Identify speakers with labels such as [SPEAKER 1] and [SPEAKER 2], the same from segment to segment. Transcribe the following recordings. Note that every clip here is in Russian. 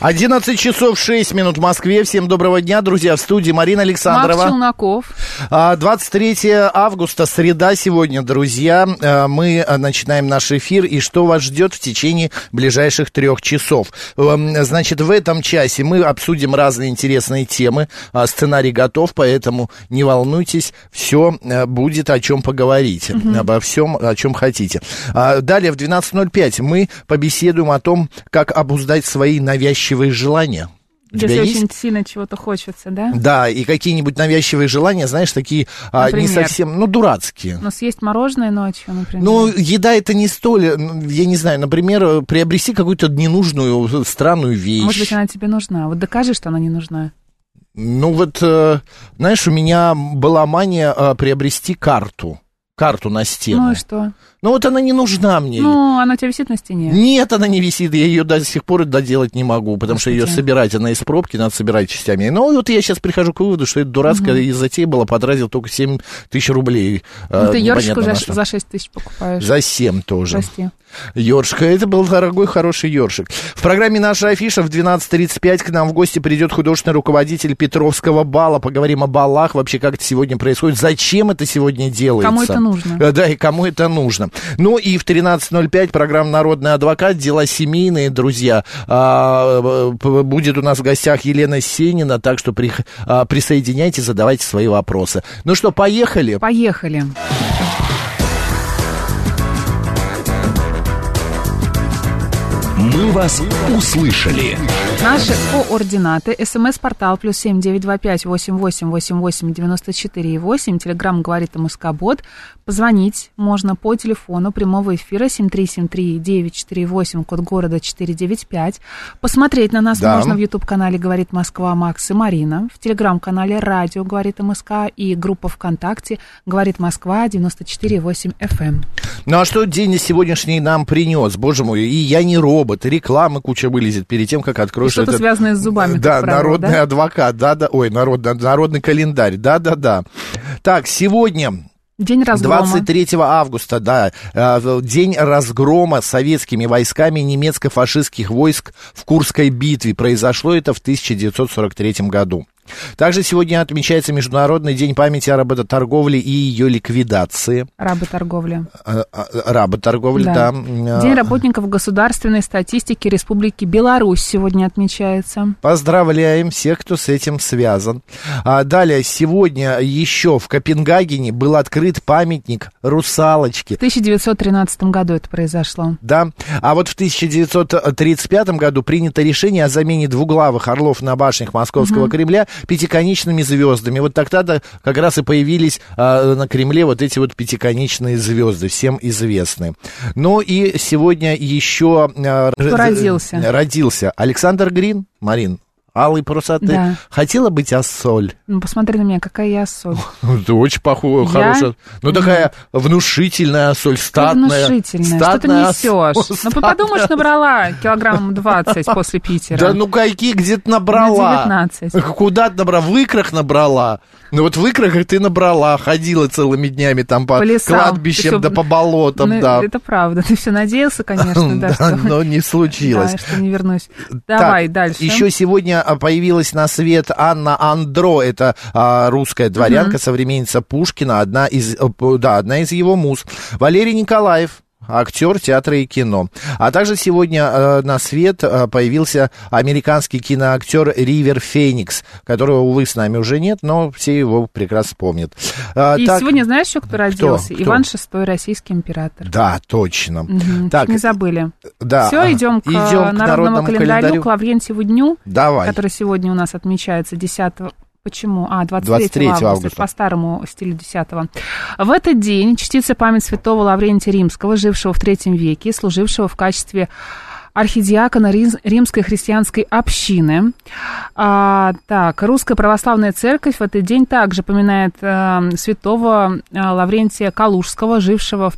[SPEAKER 1] 11 часов 6 минут в Москве. Всем доброго дня, друзья. В студии Марина Александрова.
[SPEAKER 2] Макс Челноков.
[SPEAKER 1] А, 23 августа, среда сегодня, друзья. А, Мы а, начинаем наш эфир. И что вас ждет в течение ближайших трех часов? Эм, Значит, в этом часе мы обсудим разные интересные темы. А, Сценарий готов, поэтому не волнуйтесь. Все будет о чем поговорить. Обо всем, о чем хотите. А, Далее в 12.05 мы побеседуем о том, как обуздать свои навязчивые желания. У тебя
[SPEAKER 2] Если
[SPEAKER 1] есть?
[SPEAKER 2] очень сильно чего-то хочется, да?
[SPEAKER 1] Да, и какие-нибудь навязчивые желания, знаешь, такие а, не
[SPEAKER 2] Например?
[SPEAKER 1] совсем, ну, дурацкие.
[SPEAKER 2] Но съесть мороженое ночью, например.
[SPEAKER 1] Ну, еда это не столь, э, ну, я не знаю, например, э, приобрести какую-то ненужную, э, странную вещь.
[SPEAKER 2] А Может быть, она тебе нужна. Вот докажи, что она не нужна.
[SPEAKER 1] Ну, вот, э, знаешь, у меня была мания э, приобрести карту. Карту на стену.
[SPEAKER 2] Ну и что?
[SPEAKER 1] Ну, вот она не нужна мне.
[SPEAKER 2] Ну, она у тебя висит на стене.
[SPEAKER 1] Нет, она не висит, я ее до сих пор доделать не могу, потому что ее
[SPEAKER 2] Господи.
[SPEAKER 1] собирать, она из пробки, надо собирать частями. Ну, вот я сейчас прихожу к выводу, что это дурацкая и затея была, потратил только 7 тысяч рублей.
[SPEAKER 2] Ну,
[SPEAKER 1] э,
[SPEAKER 2] ты ёршик
[SPEAKER 1] непонятно
[SPEAKER 2] уже
[SPEAKER 1] на что.
[SPEAKER 2] за 6 тысяч покупаешь.
[SPEAKER 1] За 7 тоже.
[SPEAKER 2] Прости.
[SPEAKER 1] Ёршик. Это был дорогой, хороший ёршик. В программе «Наша афиша» в 12.35 к нам в гости придет художественный руководитель Петровского бала. Поговорим о балах, вообще как это сегодня происходит, зачем это сегодня делается.
[SPEAKER 2] Кому это нужно?
[SPEAKER 1] Э, Да, и кому это нужно. Ну и в 13.05 программа «Народный адвокат. Дела семейные, друзья». А, э, п- будет у нас в гостях Елена Сенина, так что прих- а, присоединяйтесь, задавайте свои вопросы. Ну что, поехали?
[SPEAKER 2] Поехали.
[SPEAKER 3] «Мы вас услышали».
[SPEAKER 2] Наши координаты. СМС-портал плюс семь девять два пять восемь восемь восемь восемь девяносто четыре и восемь. Телеграмм говорит Мускобот. Позвонить можно по телефону прямого эфира семь три семь три девять четыре восемь. Код города четыре девять пять. Посмотреть на нас
[SPEAKER 1] Да.
[SPEAKER 2] можно в YouTube-канале «Говорит Москва» Макс и Марина. В Телеграм-канале «Радио Говорит МСК» и группа ВКонтакте «Говорит Москва» 94,8 FM.
[SPEAKER 1] Ну а что день сегодняшний нам принес? Боже мой, и я не робот, и рекламы куча вылезет перед тем, как
[SPEAKER 2] И
[SPEAKER 1] откроешь
[SPEAKER 2] что-то
[SPEAKER 1] этот-
[SPEAKER 2] связанное с зубами. как
[SPEAKER 1] э, Да,
[SPEAKER 2] правило,
[SPEAKER 1] народный
[SPEAKER 2] да?
[SPEAKER 1] адвокат, да-да, ой, народный, народный календарь, да-да-да. Так, сегодня
[SPEAKER 2] День разгрома.
[SPEAKER 1] 23 августа, да, э, в- день разгрома советскими войсками немецко-фашистских войск в Курской битве. Произошло это в 1943 году. Также сегодня отмечается Международный день памяти о работоторговле и ее ликвидации.
[SPEAKER 2] Работорговля.
[SPEAKER 1] Э, э, Работорговля,
[SPEAKER 2] Да.
[SPEAKER 1] да. Э,
[SPEAKER 2] День работников государственной статистики Республики Беларусь сегодня отмечается.
[SPEAKER 1] Поздравляем всех, кто с этим связан. А далее, сегодня еще в Копенгагене был открыт памятник русалочке.
[SPEAKER 2] В 1913 году это произошло.
[SPEAKER 1] Да. А вот в 1935 году принято решение о замене двуглавых орлов на башнях Московского Кремля пятиконечными звездами. Вот тогда-то как раз и появились а, на Кремле вот эти вот пятиконечные звезды, всем известные. Ну и сегодня еще... а, р-
[SPEAKER 2] родился?
[SPEAKER 1] Родился Александр Грин, Марин. Алый просто
[SPEAKER 2] Да.
[SPEAKER 1] хотела быть осоль.
[SPEAKER 2] Ну, посмотри на меня, какая я соль.
[SPEAKER 1] Это очень похоже,
[SPEAKER 2] Я?
[SPEAKER 1] хорошая. Ну, такая внушительная соль, статная.
[SPEAKER 2] внушительная, что ты
[SPEAKER 1] статная осоль,
[SPEAKER 2] несешь? Ну, подумаешь, набрала килограмм 20 после Питера. Ну,
[SPEAKER 1] Да ну какие, где ты набрала?
[SPEAKER 2] На 19.
[SPEAKER 1] Куда ты набрала? В икрах набрала. Ну вот в икрах ты набрала, ходила целыми днями там по,
[SPEAKER 2] По лесам. Ты
[SPEAKER 1] кладбищам,
[SPEAKER 2] что,
[SPEAKER 1] да по болотам,
[SPEAKER 2] Ну,
[SPEAKER 1] да.
[SPEAKER 2] Это правда. Ты все надеялся, конечно, да,
[SPEAKER 1] Да,
[SPEAKER 2] что...
[SPEAKER 1] но не случилось.
[SPEAKER 2] Да, что не вернусь. Давай
[SPEAKER 1] Так,
[SPEAKER 2] дальше.
[SPEAKER 1] Еще сегодня а, появилась на свет Анна Андро. Это а, русская дворянка, современница Пушкина, одна из, э, п- да, одна из его муз. Валерий Николаев. Актер театра и кино. А также сегодня э, на свет э, появился американский киноактер Ривер Феникс, которого, увы, с нами уже нет, но все его прекрасно помнят. А,
[SPEAKER 2] И
[SPEAKER 1] так-
[SPEAKER 2] сегодня знаешь, еще кто родился?
[SPEAKER 1] Кто?
[SPEAKER 2] Иван VI, российский император.
[SPEAKER 1] Да, точно.
[SPEAKER 2] Мгм,
[SPEAKER 1] Так,
[SPEAKER 2] Не забыли.
[SPEAKER 1] да.
[SPEAKER 2] Все, идем к, э,
[SPEAKER 1] Идём
[SPEAKER 2] народному, календарю, к Лаврентьеву дню,
[SPEAKER 1] Давай.
[SPEAKER 2] который сегодня у нас отмечается 10 Почему? А, 23,
[SPEAKER 1] 23
[SPEAKER 2] августа,
[SPEAKER 1] августа.
[SPEAKER 2] по старому стилю 10 В этот день чтится память святого Лаврентия Римского, жившего в III веке, и служившего в качестве архидиакона Риз- Римской христианской общины. А, так, Русская Православная Церковь в этот день также поминает э, святого э, Лаврентия Калужского, жившего в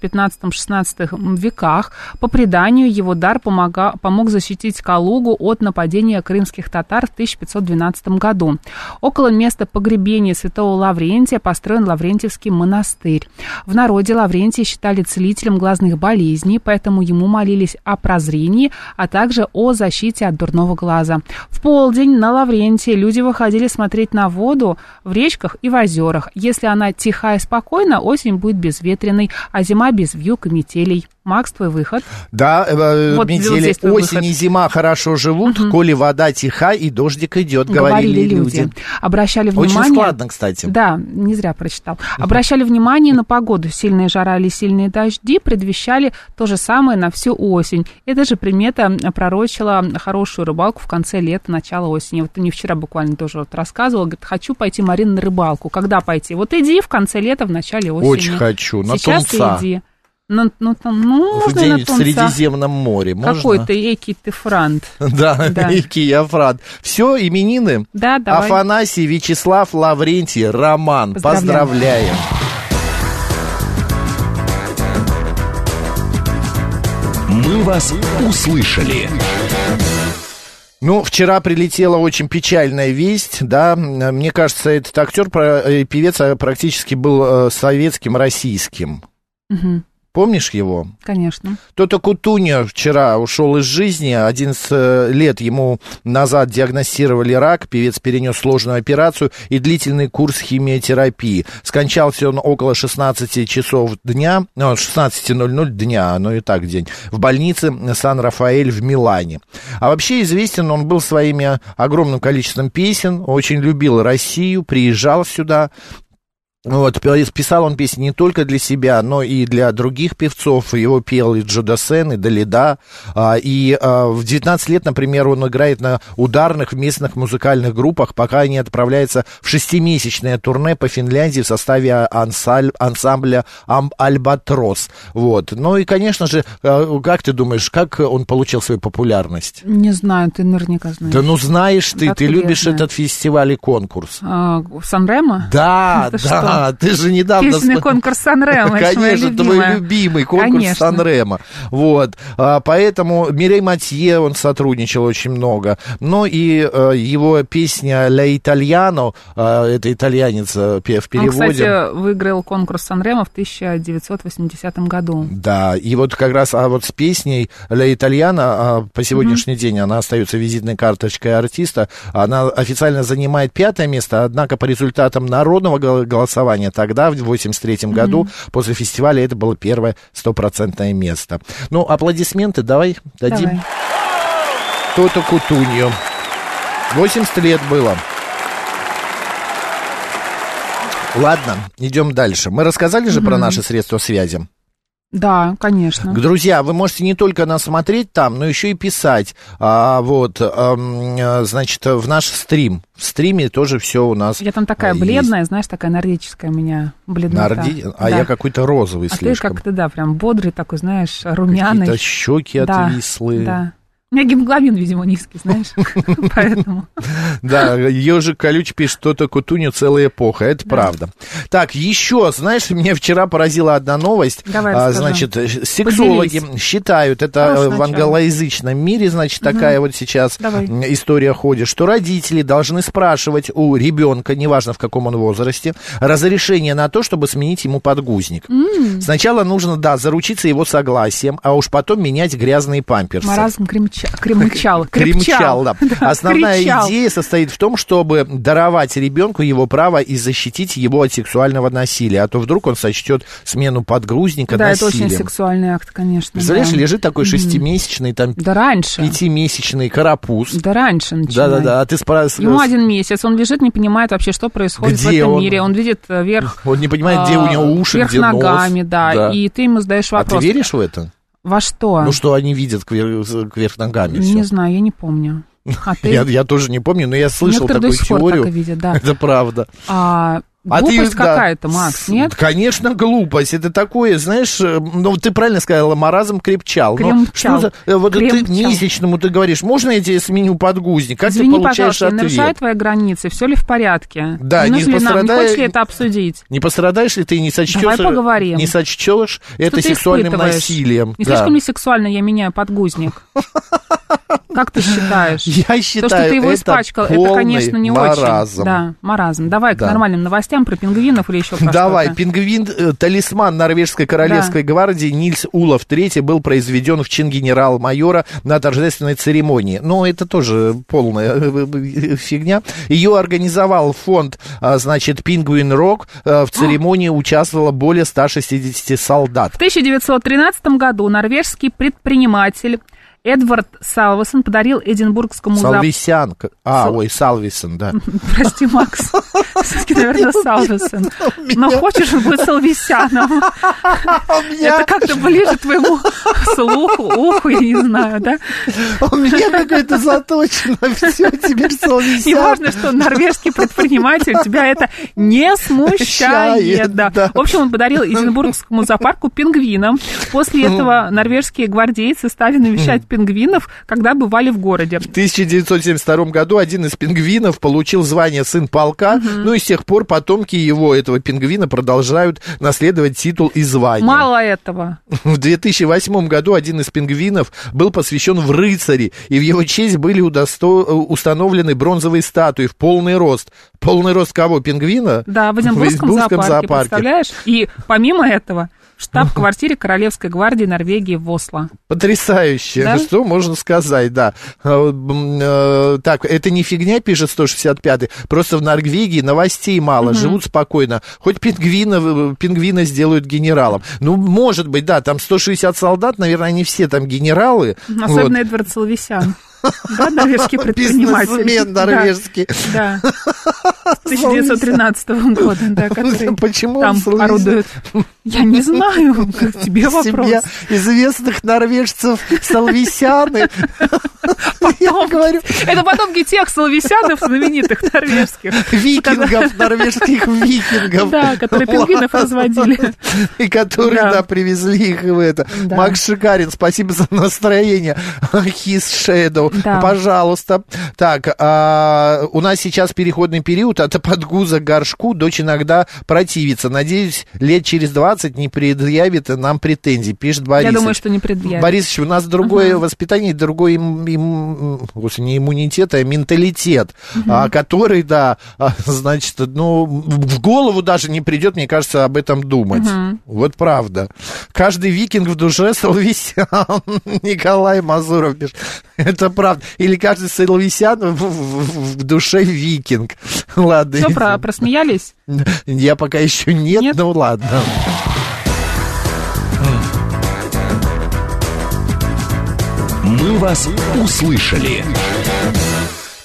[SPEAKER 2] 15-16 веках. По преданию, его дар помога- помог защитить Калугу от нападения крымских татар в 1512 году. Около места погребения святого Лаврентия построен Лаврентьевский монастырь. В народе Лаврентия считали целителем глазных болезней, поэтому ему молились о прозрении, а также о защите от дурного глаза. В полдень на Лаврентии люди выходили смотреть на воду в речках и в озерах. Если она тихая и спокойна, осень будет безветренной, а зима без вьюг и метелей. Макс, твой выход.
[SPEAKER 1] Да, э,
[SPEAKER 2] Вот
[SPEAKER 1] метели.
[SPEAKER 2] здесь твой
[SPEAKER 1] осень
[SPEAKER 2] выход.
[SPEAKER 1] и зима хорошо живут, коли вода тиха и дождик идет, говорили, люди.
[SPEAKER 2] Обращали
[SPEAKER 1] Очень
[SPEAKER 2] внимание...
[SPEAKER 1] складно, кстати.
[SPEAKER 2] Да, не зря прочитал. Обращали внимание на погоду. Сильная жара или сильные дожди предвещали то же самое на всю осень. Эта же примета пророчила хорошую рыбалку в конце лета, начало осени. Вот мне вчера буквально тоже вот рассказывала, говорит, хочу пойти, Марина, на рыбалку. Когда пойти? Вот иди в конце лета, в начале осени.
[SPEAKER 1] Очень хочу, на
[SPEAKER 2] Сейчас и
[SPEAKER 1] тунца.
[SPEAKER 2] иди. На- ну, там, ну,
[SPEAKER 1] В
[SPEAKER 2] можно и на
[SPEAKER 1] день в
[SPEAKER 2] тунца.
[SPEAKER 1] Средиземном море. Можно?
[SPEAKER 2] Какой ты, экий ты франт.
[SPEAKER 1] Да,
[SPEAKER 2] Да.
[SPEAKER 1] Вики и Афрат. Все, именины.
[SPEAKER 2] Да, давай.
[SPEAKER 1] Афанасий, Вячеслав, Лаврентий, Роман.
[SPEAKER 2] Поздравляем.
[SPEAKER 1] Поздравляем.
[SPEAKER 3] «Мы вас услышали».
[SPEAKER 1] Ну, вчера прилетела очень печальная весть, да, мне кажется, этот актер, про- э, певец э, практически был э, советским, российским.
[SPEAKER 2] Мгм,
[SPEAKER 1] Помнишь его?
[SPEAKER 2] конечно.
[SPEAKER 1] Кто-то Кутуня вчера ушел из жизни. 11 э, лет ему назад диагностировали рак. Певец перенес сложную операцию и длительный курс химиотерапии. Скончался он около 16 часов дня, ну, 16.00 дня, ну и так день, в больнице Сан-Рафаэль в Милане. А вообще известен он был своими огромным количеством песен, очень любил Россию, приезжал сюда, вот, пе- писал он песни не только для себя, но и для других певцов. Его пел и Джо Дассен, и Далида. А, И а, в 19 лет, например, он играет на ударных в местных музыкальных группах, пока не отправляется в шестимесячное турне по Финляндии в составе а- ансаль- ансамбля Ам- «Альбатрос». Вот. Ну и, конечно же, а, как ты думаешь, как он получил свою популярность?
[SPEAKER 2] Не знаю, ты наверняка знаешь.
[SPEAKER 1] Да ну знаешь ты,
[SPEAKER 2] Да,
[SPEAKER 1] ты любишь
[SPEAKER 2] конечно.
[SPEAKER 1] этот фестиваль и конкурс.
[SPEAKER 2] А, Сан-Ремо?
[SPEAKER 1] Да,
[SPEAKER 2] Это
[SPEAKER 1] да, ты же недавно...
[SPEAKER 2] Песенный
[SPEAKER 1] смо-
[SPEAKER 2] конкурс Санремо,
[SPEAKER 1] Конечно, твой любимый конкурс
[SPEAKER 2] Конечно.
[SPEAKER 1] Санрема. Вот. А, Поэтому Мирей Матье, он сотрудничал очень много. Ну и э, его песня «Ля Итальяно», э, это итальянец э, пе- в
[SPEAKER 2] Он,
[SPEAKER 1] переводе.
[SPEAKER 2] кстати, выиграл конкурс Санремо в 1980 году.
[SPEAKER 1] Да, и вот как раз а вот с песней «Ля Итальяна» а, по сегодняшний день она остается визитной карточкой артиста. Она официально занимает пятое место, однако по результатам народного гол- голосования тогда, в 1983 году, после фестиваля это было первое стопроцентное место. Ну, аплодисменты давай дадим
[SPEAKER 2] Давай.
[SPEAKER 1] кто-то Кутунью. 80 лет было. Ладно, идем дальше. Мы рассказали же про наши средства связи.
[SPEAKER 2] Да, конечно.
[SPEAKER 1] Друзья, вы можете не только нас смотреть там, но еще и писать. А, вот, ам, э, значит, в наш стрим. В стриме тоже все у нас.
[SPEAKER 2] Я там такая
[SPEAKER 1] э, есть.
[SPEAKER 2] бледная, знаешь, такая нордическая у меня бледнота.
[SPEAKER 1] Нарди- А
[SPEAKER 2] Да.
[SPEAKER 1] я какой-то розовый
[SPEAKER 2] А ты
[SPEAKER 1] слишком.
[SPEAKER 2] как-то, да, прям бодрый такой, знаешь, румяный.
[SPEAKER 1] Какие-то щеки
[SPEAKER 2] Да,
[SPEAKER 1] отвислые.
[SPEAKER 2] Да. У меня гемоглобин, видимо, низкий, знаешь, поэтому.
[SPEAKER 1] Да, ежик колюч пишет, что-то Кутуню целая эпоха. Это правда. Так, еще, знаешь, меня вчера поразила одна новость.
[SPEAKER 2] Давай
[SPEAKER 1] А,
[SPEAKER 2] расскажи.
[SPEAKER 1] Значит, э, сексологи считают, это
[SPEAKER 2] Хорошо,
[SPEAKER 1] э, в
[SPEAKER 2] сначала.
[SPEAKER 1] англоязычном мире, значит, такая вот сейчас
[SPEAKER 2] Давай.
[SPEAKER 1] м, история ходит, что родители должны спрашивать у ребенка, неважно в каком он возрасте, разрешение на то, чтобы сменить ему подгузник. Сначала нужно, да, заручиться его согласием, а уж потом менять грязные памперсы.
[SPEAKER 2] Маразм кремча- кремчал.
[SPEAKER 1] Кремчал,
[SPEAKER 2] крепчал.
[SPEAKER 1] да.
[SPEAKER 2] Да,
[SPEAKER 1] Основная
[SPEAKER 2] кричал.
[SPEAKER 1] идея состоит в том, чтобы даровать ребенку его право и защитить его от сексуального насилия, а то вдруг он сочтет смену подгрузника
[SPEAKER 2] Да, это
[SPEAKER 1] насилием.
[SPEAKER 2] очень сексуальный акт, конечно.
[SPEAKER 1] Представляешь,
[SPEAKER 2] да.
[SPEAKER 1] лежит такой шестимесячный, там,
[SPEAKER 2] Да раньше.
[SPEAKER 1] пятимесячный карапуз.
[SPEAKER 2] Да раньше начинай.
[SPEAKER 1] Да-да-да, а ты спра-
[SPEAKER 2] Ему один месяц, он лежит, не понимает вообще, что происходит в
[SPEAKER 1] Где
[SPEAKER 2] этом
[SPEAKER 1] он?
[SPEAKER 2] мире. Он видит э, вверх.
[SPEAKER 1] Он не понимает, где у
[SPEAKER 2] а,
[SPEAKER 1] него уши,
[SPEAKER 2] Вверх
[SPEAKER 1] где нос.
[SPEAKER 2] ногами, да.
[SPEAKER 1] Да.
[SPEAKER 2] И ты ему задаешь
[SPEAKER 1] А ты
[SPEAKER 2] вопрос.
[SPEAKER 1] веришь в это?
[SPEAKER 2] Во что?
[SPEAKER 1] Ну, что они видят кверх, кверх ногами
[SPEAKER 2] не
[SPEAKER 1] всё.
[SPEAKER 2] знаю, я не помню. А ты?
[SPEAKER 1] Я, я тоже не помню, но я слышал
[SPEAKER 2] Некоторые
[SPEAKER 1] такую
[SPEAKER 2] до сих пор
[SPEAKER 1] теорию.
[SPEAKER 2] так и видят, да.
[SPEAKER 1] Это правда.
[SPEAKER 2] А,
[SPEAKER 1] А ты,
[SPEAKER 2] глупость
[SPEAKER 1] да.
[SPEAKER 2] какая-то, Макс, нет?
[SPEAKER 1] Конечно, глупость. Это такое, знаешь, э, ну ты правильно сказала, маразм крепчал. Но
[SPEAKER 2] Кремчал.
[SPEAKER 1] что за, э, вот ты
[SPEAKER 2] Кремчал.
[SPEAKER 1] месячному ты говоришь, можно я тебе сменю подгузник? Как
[SPEAKER 2] Извини,
[SPEAKER 1] ты получаешь
[SPEAKER 2] пожалуйста, я нарушаю
[SPEAKER 1] ответ?
[SPEAKER 2] твои границы, все ли в порядке?
[SPEAKER 1] Да,
[SPEAKER 2] не,
[SPEAKER 1] не
[SPEAKER 2] нужно ли нам, не
[SPEAKER 1] пострадай-
[SPEAKER 2] хочешь ли это обсудить?
[SPEAKER 1] Не пострадаешь ли ты и не сочтешь,
[SPEAKER 2] Давай поговорим.
[SPEAKER 1] Не сочтешь
[SPEAKER 2] Что
[SPEAKER 1] это
[SPEAKER 2] ты
[SPEAKER 1] сексуальным
[SPEAKER 2] испытываешь?
[SPEAKER 1] насилием?
[SPEAKER 2] Не
[SPEAKER 1] Да.
[SPEAKER 2] слишком ли сексуально я меняю подгузник? Как ты считаешь?
[SPEAKER 1] Я считаю,
[SPEAKER 2] То, что ты его
[SPEAKER 1] это
[SPEAKER 2] испачкал, это,
[SPEAKER 1] полный
[SPEAKER 2] конечно, не
[SPEAKER 1] маразм.
[SPEAKER 2] очень. Да, маразм. Давай к
[SPEAKER 1] Да.
[SPEAKER 2] нормальным новостям про пингвинов или еще про
[SPEAKER 1] Давай,
[SPEAKER 2] что-то.
[SPEAKER 1] пингвин, э, талисман норвежской королевской гвардии Нильс Улов III был произведен в чин генерал-майора на торжественной церемонии. Но это тоже полная э, э, фигня. Ее организовал фонд, а, значит, Пингвин Рок. В церемонии участвовало более 160 солдат.
[SPEAKER 2] В 1913 году норвежский предприниматель Эдвард Салвасон подарил Эдинбургскому заводу...
[SPEAKER 1] Салвисян. к- А,
[SPEAKER 2] Сал-
[SPEAKER 1] ой, Салвисон, да.
[SPEAKER 2] Прости, Макс. Все-таки, наверное, Салвесен. Но хочешь, он будет Салвесяном. Это как-то ближе к твоему слуху, уху, я не знаю, да?
[SPEAKER 1] У меня какое-то заточено. Все, теперь
[SPEAKER 2] Не
[SPEAKER 1] Салвисян.
[SPEAKER 2] важно, что он норвежский предприниматель, тебя это не смущает.
[SPEAKER 1] Щает,
[SPEAKER 2] Да.
[SPEAKER 1] да.
[SPEAKER 2] В общем, он подарил Эдинбургскому зоопарку пингвинам. После этого норвежские гвардейцы стали навещать пингвинов, когда бывали в городе.
[SPEAKER 1] В 1972 году один из пингвинов получил звание сын полка, ну и с тех пор потомки его, этого пингвина, продолжают наследовать титул и звание.
[SPEAKER 2] Мало этого.
[SPEAKER 1] В 2008 году один из пингвинов был посвящен в рыцари, и в его честь были удосто- э, установлены бронзовые статуи в полный рост. Полный рост кого? Пингвина?
[SPEAKER 2] Да, в Эдинбургском,
[SPEAKER 1] Эдинбургском
[SPEAKER 2] зоопарке, представляешь? И помимо этого, в штаб-квартире Королевской гвардии Норвегии в Осло.
[SPEAKER 1] Потрясающе.
[SPEAKER 2] Да?
[SPEAKER 1] Что можно сказать, да. Э, м, э, Так, это не фигня, пишет 165-й. Просто в Норвегии новостей мало, живут спокойно. Хоть пингвина, э, пингвина сделают генералом. Ну, может быть, да, там 160 солдат, наверное, они все там генералы.
[SPEAKER 2] Особенно
[SPEAKER 1] Вот.
[SPEAKER 2] Эдвард Соловесян. Да, норвежский предприниматель.
[SPEAKER 1] Бизнесмен
[SPEAKER 2] Да,
[SPEAKER 1] норвежский.
[SPEAKER 2] Да. 1913 года, да, который
[SPEAKER 1] Почему он
[SPEAKER 2] там
[SPEAKER 1] Соловесян?
[SPEAKER 2] орудует. Я не знаю, как тебе
[SPEAKER 1] Семья
[SPEAKER 2] вопрос.
[SPEAKER 1] известных норвежцев Салвисяны. Я говорю,
[SPEAKER 2] Это потомки тех Соловесянов знаменитых норвежских.
[SPEAKER 1] викингов, норвежских викингов.
[SPEAKER 2] Да, которые пингвинов разводили.
[SPEAKER 1] И которые,
[SPEAKER 2] Да.
[SPEAKER 1] да, привезли их в это.
[SPEAKER 2] Да.
[SPEAKER 1] Макс Шикарин, спасибо за настроение. His Shadow,
[SPEAKER 2] Да.
[SPEAKER 1] пожалуйста. Так, а, у нас сейчас переходный период от подгуза к горшку. Дочь иногда противится. Надеюсь, лет через 20 не предъявит нам претензий, пишет Борисович.
[SPEAKER 2] Я думаю, что не предъявит.
[SPEAKER 1] Борисович, у нас другое воспитание, другой им, им- господи, не иммунитет, а менталитет, а, который, да, а, значит, ну, в голову даже не придет, мне кажется, об этом думать. Вот правда. Каждый викинг в душе Салвисян, Николай Мазуров пишет. Это правда. Или каждый Салвисян в, в- в душе викинг. Ладно.
[SPEAKER 2] Все, про, просмеялись?
[SPEAKER 1] Я пока еще нет,
[SPEAKER 2] Нет?
[SPEAKER 1] ну ладно.
[SPEAKER 3] «Мы вас услышали».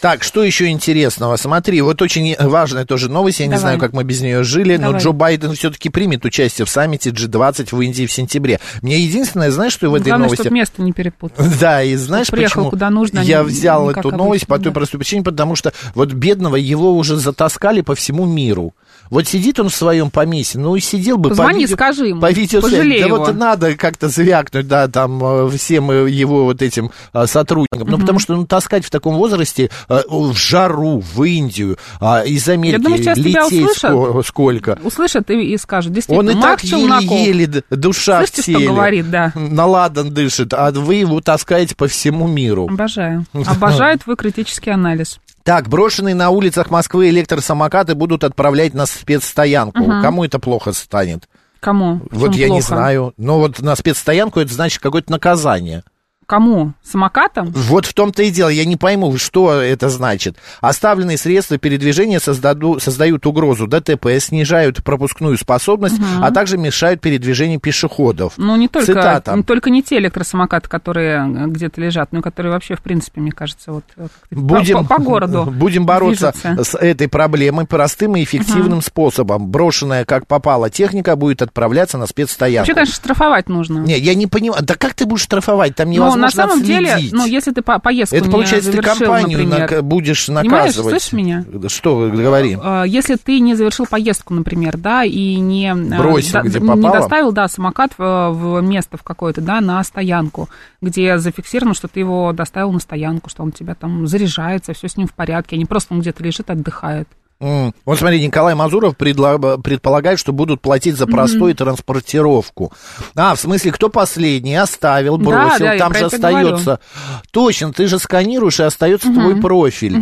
[SPEAKER 1] Так, что еще интересного? Смотри, вот очень важная тоже новость. Я не
[SPEAKER 2] Давай.
[SPEAKER 1] знаю, как мы без нее жили, но
[SPEAKER 2] Давай.
[SPEAKER 1] Джо Байден все-таки примет участие в саммите G20 в Индии в сентябре. Мне единственное, знаешь, что в этой
[SPEAKER 2] Главное,
[SPEAKER 1] новости...
[SPEAKER 2] чтобы место не перепутать.
[SPEAKER 1] Да, и знаешь
[SPEAKER 2] приехал
[SPEAKER 1] почему?
[SPEAKER 2] куда нужно, а
[SPEAKER 1] я
[SPEAKER 2] не-
[SPEAKER 1] взял
[SPEAKER 2] не как
[SPEAKER 1] эту новость по
[SPEAKER 2] обычно, да.
[SPEAKER 1] той простой причине, потому что вот бедного его уже затаскали по всему миру. Вот сидит он в своем поместье, ну и сидел бы
[SPEAKER 2] Позвони,
[SPEAKER 1] по видео-
[SPEAKER 2] скажи ему,
[SPEAKER 1] по видеосвязи.
[SPEAKER 2] пожалей
[SPEAKER 1] Да
[SPEAKER 2] его.
[SPEAKER 1] вот и надо как-то звякнуть, да, там э, всем э, его вот этим э, сотрудникам. Ну, потому что ну, таскать в таком возрасте э, в жару, в Индию, а, из Америки
[SPEAKER 2] думаю, сейчас тебя
[SPEAKER 1] лететь
[SPEAKER 2] услышат.
[SPEAKER 1] ско- сколько.
[SPEAKER 2] Услышат и, и скажут.
[SPEAKER 1] Он
[SPEAKER 2] Действительно,
[SPEAKER 1] и
[SPEAKER 2] Марк
[SPEAKER 1] так
[SPEAKER 2] Типа, Челноков.
[SPEAKER 1] еле-еле д- душа
[SPEAKER 2] Слышите,
[SPEAKER 1] в
[SPEAKER 2] что
[SPEAKER 1] теле.
[SPEAKER 2] говорит, да.
[SPEAKER 1] На ладан дышит, а вы его таскаете по всему миру.
[SPEAKER 2] Обожаю. Обожаю твой критический анализ.
[SPEAKER 1] Так, брошенные на улицах Москвы электросамокаты будут отправлять на спецстоянку. Кому это плохо станет?
[SPEAKER 2] Кому? В
[SPEAKER 1] вот
[SPEAKER 2] чем
[SPEAKER 1] я не
[SPEAKER 2] плохо?
[SPEAKER 1] знаю. Но вот на спецстоянку это значит какое-то наказание.
[SPEAKER 2] Кому? Самокатом?
[SPEAKER 1] Вот в том-то и дело. Я не пойму, что это значит. Оставленные средства передвижения создаду- создают угрозу ДТП, снижают пропускную способность, а также мешают передвижению пешеходов.
[SPEAKER 2] Ну, не только,
[SPEAKER 1] Цитата.
[SPEAKER 2] не только не те электросамокаты, которые э, где-то лежат, но и которые вообще, в принципе, мне кажется, вот э, как-то
[SPEAKER 1] Будем,
[SPEAKER 2] по, по городу
[SPEAKER 1] будем бороться
[SPEAKER 2] движутся.
[SPEAKER 1] с этой проблемой простым и эффективным способом. Брошенная, как попала, техника будет отправляться на спецстоянку.
[SPEAKER 2] Вообще, конечно, штрафовать нужно.
[SPEAKER 1] Не, я не понимаю. Да как ты будешь штрафовать? Там
[SPEAKER 2] Ну, ну, на
[SPEAKER 1] невозможно
[SPEAKER 2] самом деле,
[SPEAKER 1] отследить.
[SPEAKER 2] ну, если ты по- поездку
[SPEAKER 1] Это
[SPEAKER 2] не
[SPEAKER 1] получается, ты
[SPEAKER 2] завершил,
[SPEAKER 1] компанию
[SPEAKER 2] например,
[SPEAKER 1] нака- будешь
[SPEAKER 2] Понимаешь,
[SPEAKER 1] наказывать.
[SPEAKER 2] слышишь меня?
[SPEAKER 1] Что говорим?
[SPEAKER 2] Э, Если ты не завершил поездку, например, да, и не... э,
[SPEAKER 1] Бросил,
[SPEAKER 2] да-
[SPEAKER 1] где
[SPEAKER 2] Не
[SPEAKER 1] попало.
[SPEAKER 2] доставил, да, самокат в, в место в какое-то, да, на стоянку, где зафиксировано, что ты его доставил на стоянку, что он у тебя там заряжается, все с ним в порядке, а не просто он где-то лежит, отдыхает.
[SPEAKER 1] М. Вот смотри, Николай Мазуров предла- предполагает, что будут платить за простой транспортировку. А, в смысле, кто последний оставил,
[SPEAKER 2] Да,
[SPEAKER 1] бросил,
[SPEAKER 2] да, я
[SPEAKER 1] там
[SPEAKER 2] про
[SPEAKER 1] же
[SPEAKER 2] это говорю.
[SPEAKER 1] остается. Точно, ты же сканируешь, и остается твой профиль.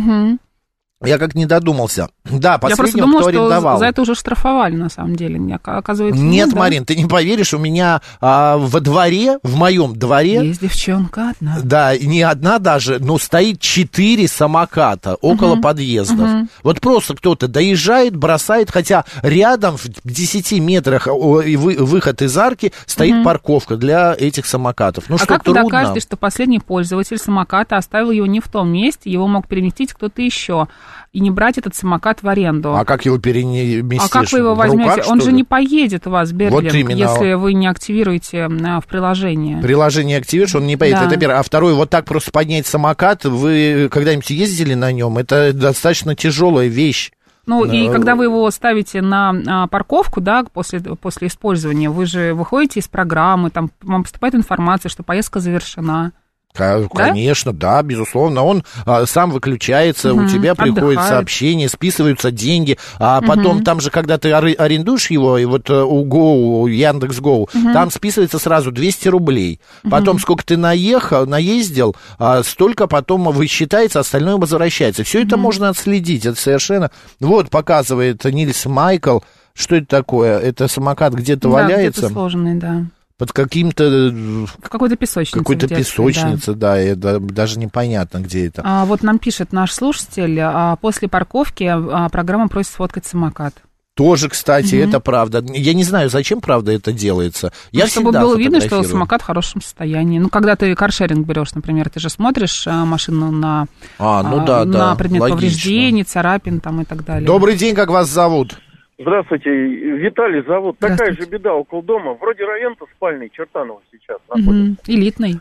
[SPEAKER 1] Я как не додумался. Да,
[SPEAKER 2] Я просто
[SPEAKER 1] последнего,
[SPEAKER 2] думала,
[SPEAKER 1] кто
[SPEAKER 2] что
[SPEAKER 1] арендовал.
[SPEAKER 2] за- за это уже штрафовали, на самом деле. Не, ока- Оказывается, ну
[SPEAKER 1] Нет,
[SPEAKER 2] да.
[SPEAKER 1] Марин, ты не поверишь, у меня а, во дворе, в моем дворе,
[SPEAKER 2] Есть девчонка одна.
[SPEAKER 1] Да, и не одна даже, но стоит четыре самоката около подъездов. Вот просто кто-то доезжает, бросает, хотя рядом в 10 метрах о, и вы- выход из арки стоит парковка для этих самокатов. Ну
[SPEAKER 2] а
[SPEAKER 1] что,
[SPEAKER 2] как вы
[SPEAKER 1] трудно?
[SPEAKER 2] докажете, что последний пользователь самоката оставил его не в том месте, его мог переместить кто-то еще, и не брать этот самокат в аренду?
[SPEAKER 1] А как его переместишь?
[SPEAKER 2] А как вы его
[SPEAKER 1] В
[SPEAKER 2] возьмете?
[SPEAKER 1] руках,
[SPEAKER 2] Он
[SPEAKER 1] что
[SPEAKER 2] же
[SPEAKER 1] ли?
[SPEAKER 2] не поедет у вас в Берлин,
[SPEAKER 1] Вот именно.
[SPEAKER 2] если вы не активируете а, в приложении.
[SPEAKER 1] Приложение активируешь, он не поедет.
[SPEAKER 2] Да.
[SPEAKER 1] Это первое. А второе, вот так просто поднять самокат, вы когда-нибудь ездили на нем? Это достаточно тяжелая вещь.
[SPEAKER 2] Ну, и
[SPEAKER 1] Да.
[SPEAKER 2] когда вы его ставите на а, парковку, да, после, после использования, вы же выходите из программы, там вам поступает информация, что поездка завершена.
[SPEAKER 1] Ка-
[SPEAKER 2] Да?
[SPEAKER 1] Конечно, да, безусловно. Он а, сам выключается, у
[SPEAKER 2] Мгм,
[SPEAKER 1] тебя приходит
[SPEAKER 2] отдыхает.
[SPEAKER 1] сообщение, списываются деньги, а потом там же, когда ты ары- арендуешь его, и вот э, у Go, у Яндекс.Гоу, там списывается сразу 200 рублей. Потом сколько ты наехал, наездил, а, столько потом высчитается, остальное возвращается. Все это можно отследить, это совершенно... Вот показывает Нильс Майкл, что это такое? Это самокат
[SPEAKER 2] Да,
[SPEAKER 1] где-то валяется
[SPEAKER 2] где-то сложенный, да.
[SPEAKER 1] под каким-то э,
[SPEAKER 2] В какой-то песочнице.
[SPEAKER 1] какой-то
[SPEAKER 2] в детстве, да.
[SPEAKER 1] песочнице, да. и да, даже непонятно, где это.
[SPEAKER 2] А, вот нам пишет наш слушатель, а, после парковки а, программа просит сфоткать самокат.
[SPEAKER 1] Тоже, кстати, это правда. Я не знаю, зачем правда это делается. Я
[SPEAKER 2] Ну, чтобы
[SPEAKER 1] всегда
[SPEAKER 2] было видно, что
[SPEAKER 1] фотографирую.
[SPEAKER 2] самокат в хорошем состоянии. Ну, когда ты каршеринг берешь, например, ты же смотришь а, машину на,
[SPEAKER 1] А, ну
[SPEAKER 2] а,
[SPEAKER 1] да, да.
[SPEAKER 2] на предмет
[SPEAKER 1] логично.
[SPEAKER 2] повреждений, царапин там и так далее.
[SPEAKER 1] Добрый день, как вас зовут?
[SPEAKER 4] Здравствуйте, Виталий зовут. Такая
[SPEAKER 2] Здравствуйте.
[SPEAKER 4] же беда около дома. Вроде район-то спальный, Чертанова сейчас находится.
[SPEAKER 2] Мгм. Элитный.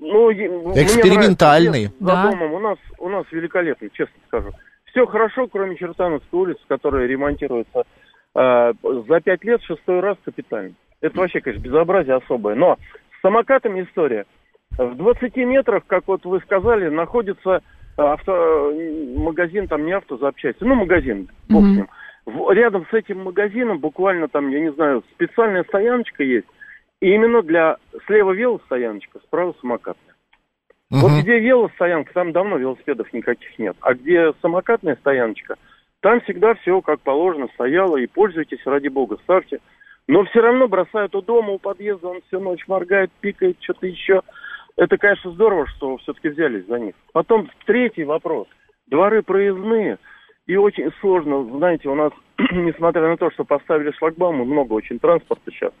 [SPEAKER 4] Ну, е- мне
[SPEAKER 1] Экспериментальный.
[SPEAKER 4] нравится лес За
[SPEAKER 2] Да.
[SPEAKER 4] домом у нас, у нас великолепный, честно скажу. Все хорошо, кроме Чертановской улицы, которая ремонтируется э, за пять лет шестой раз капитально. Это вообще, конечно, безобразие особое. Но с самокатами история. В 20 метрах, как вот вы сказали, находится э, авто- э, магазин, там не автозапчасти, ну, магазин, бог с ним. В- Рядом с этим магазином буквально там, я не знаю, специальная стояночка есть. И именно для слева велостояночка, справа самокат. Вот
[SPEAKER 1] Мгм.
[SPEAKER 4] где велостоянка, там давно велосипедов никаких нет. А где самокатная стояночка, там всегда все как положено стояло. И пользуйтесь, ради бога, ставьте. Но все равно бросают у дома, у подъезда, он всю ночь моргает, пикает, что-то еще. Это, конечно, здорово, что все-таки взялись за них. Потом третий вопрос. Дворы проездные. И очень сложно, знаете, у нас, несмотря на то, что поставили шлагбаумы, много очень транспорта сейчас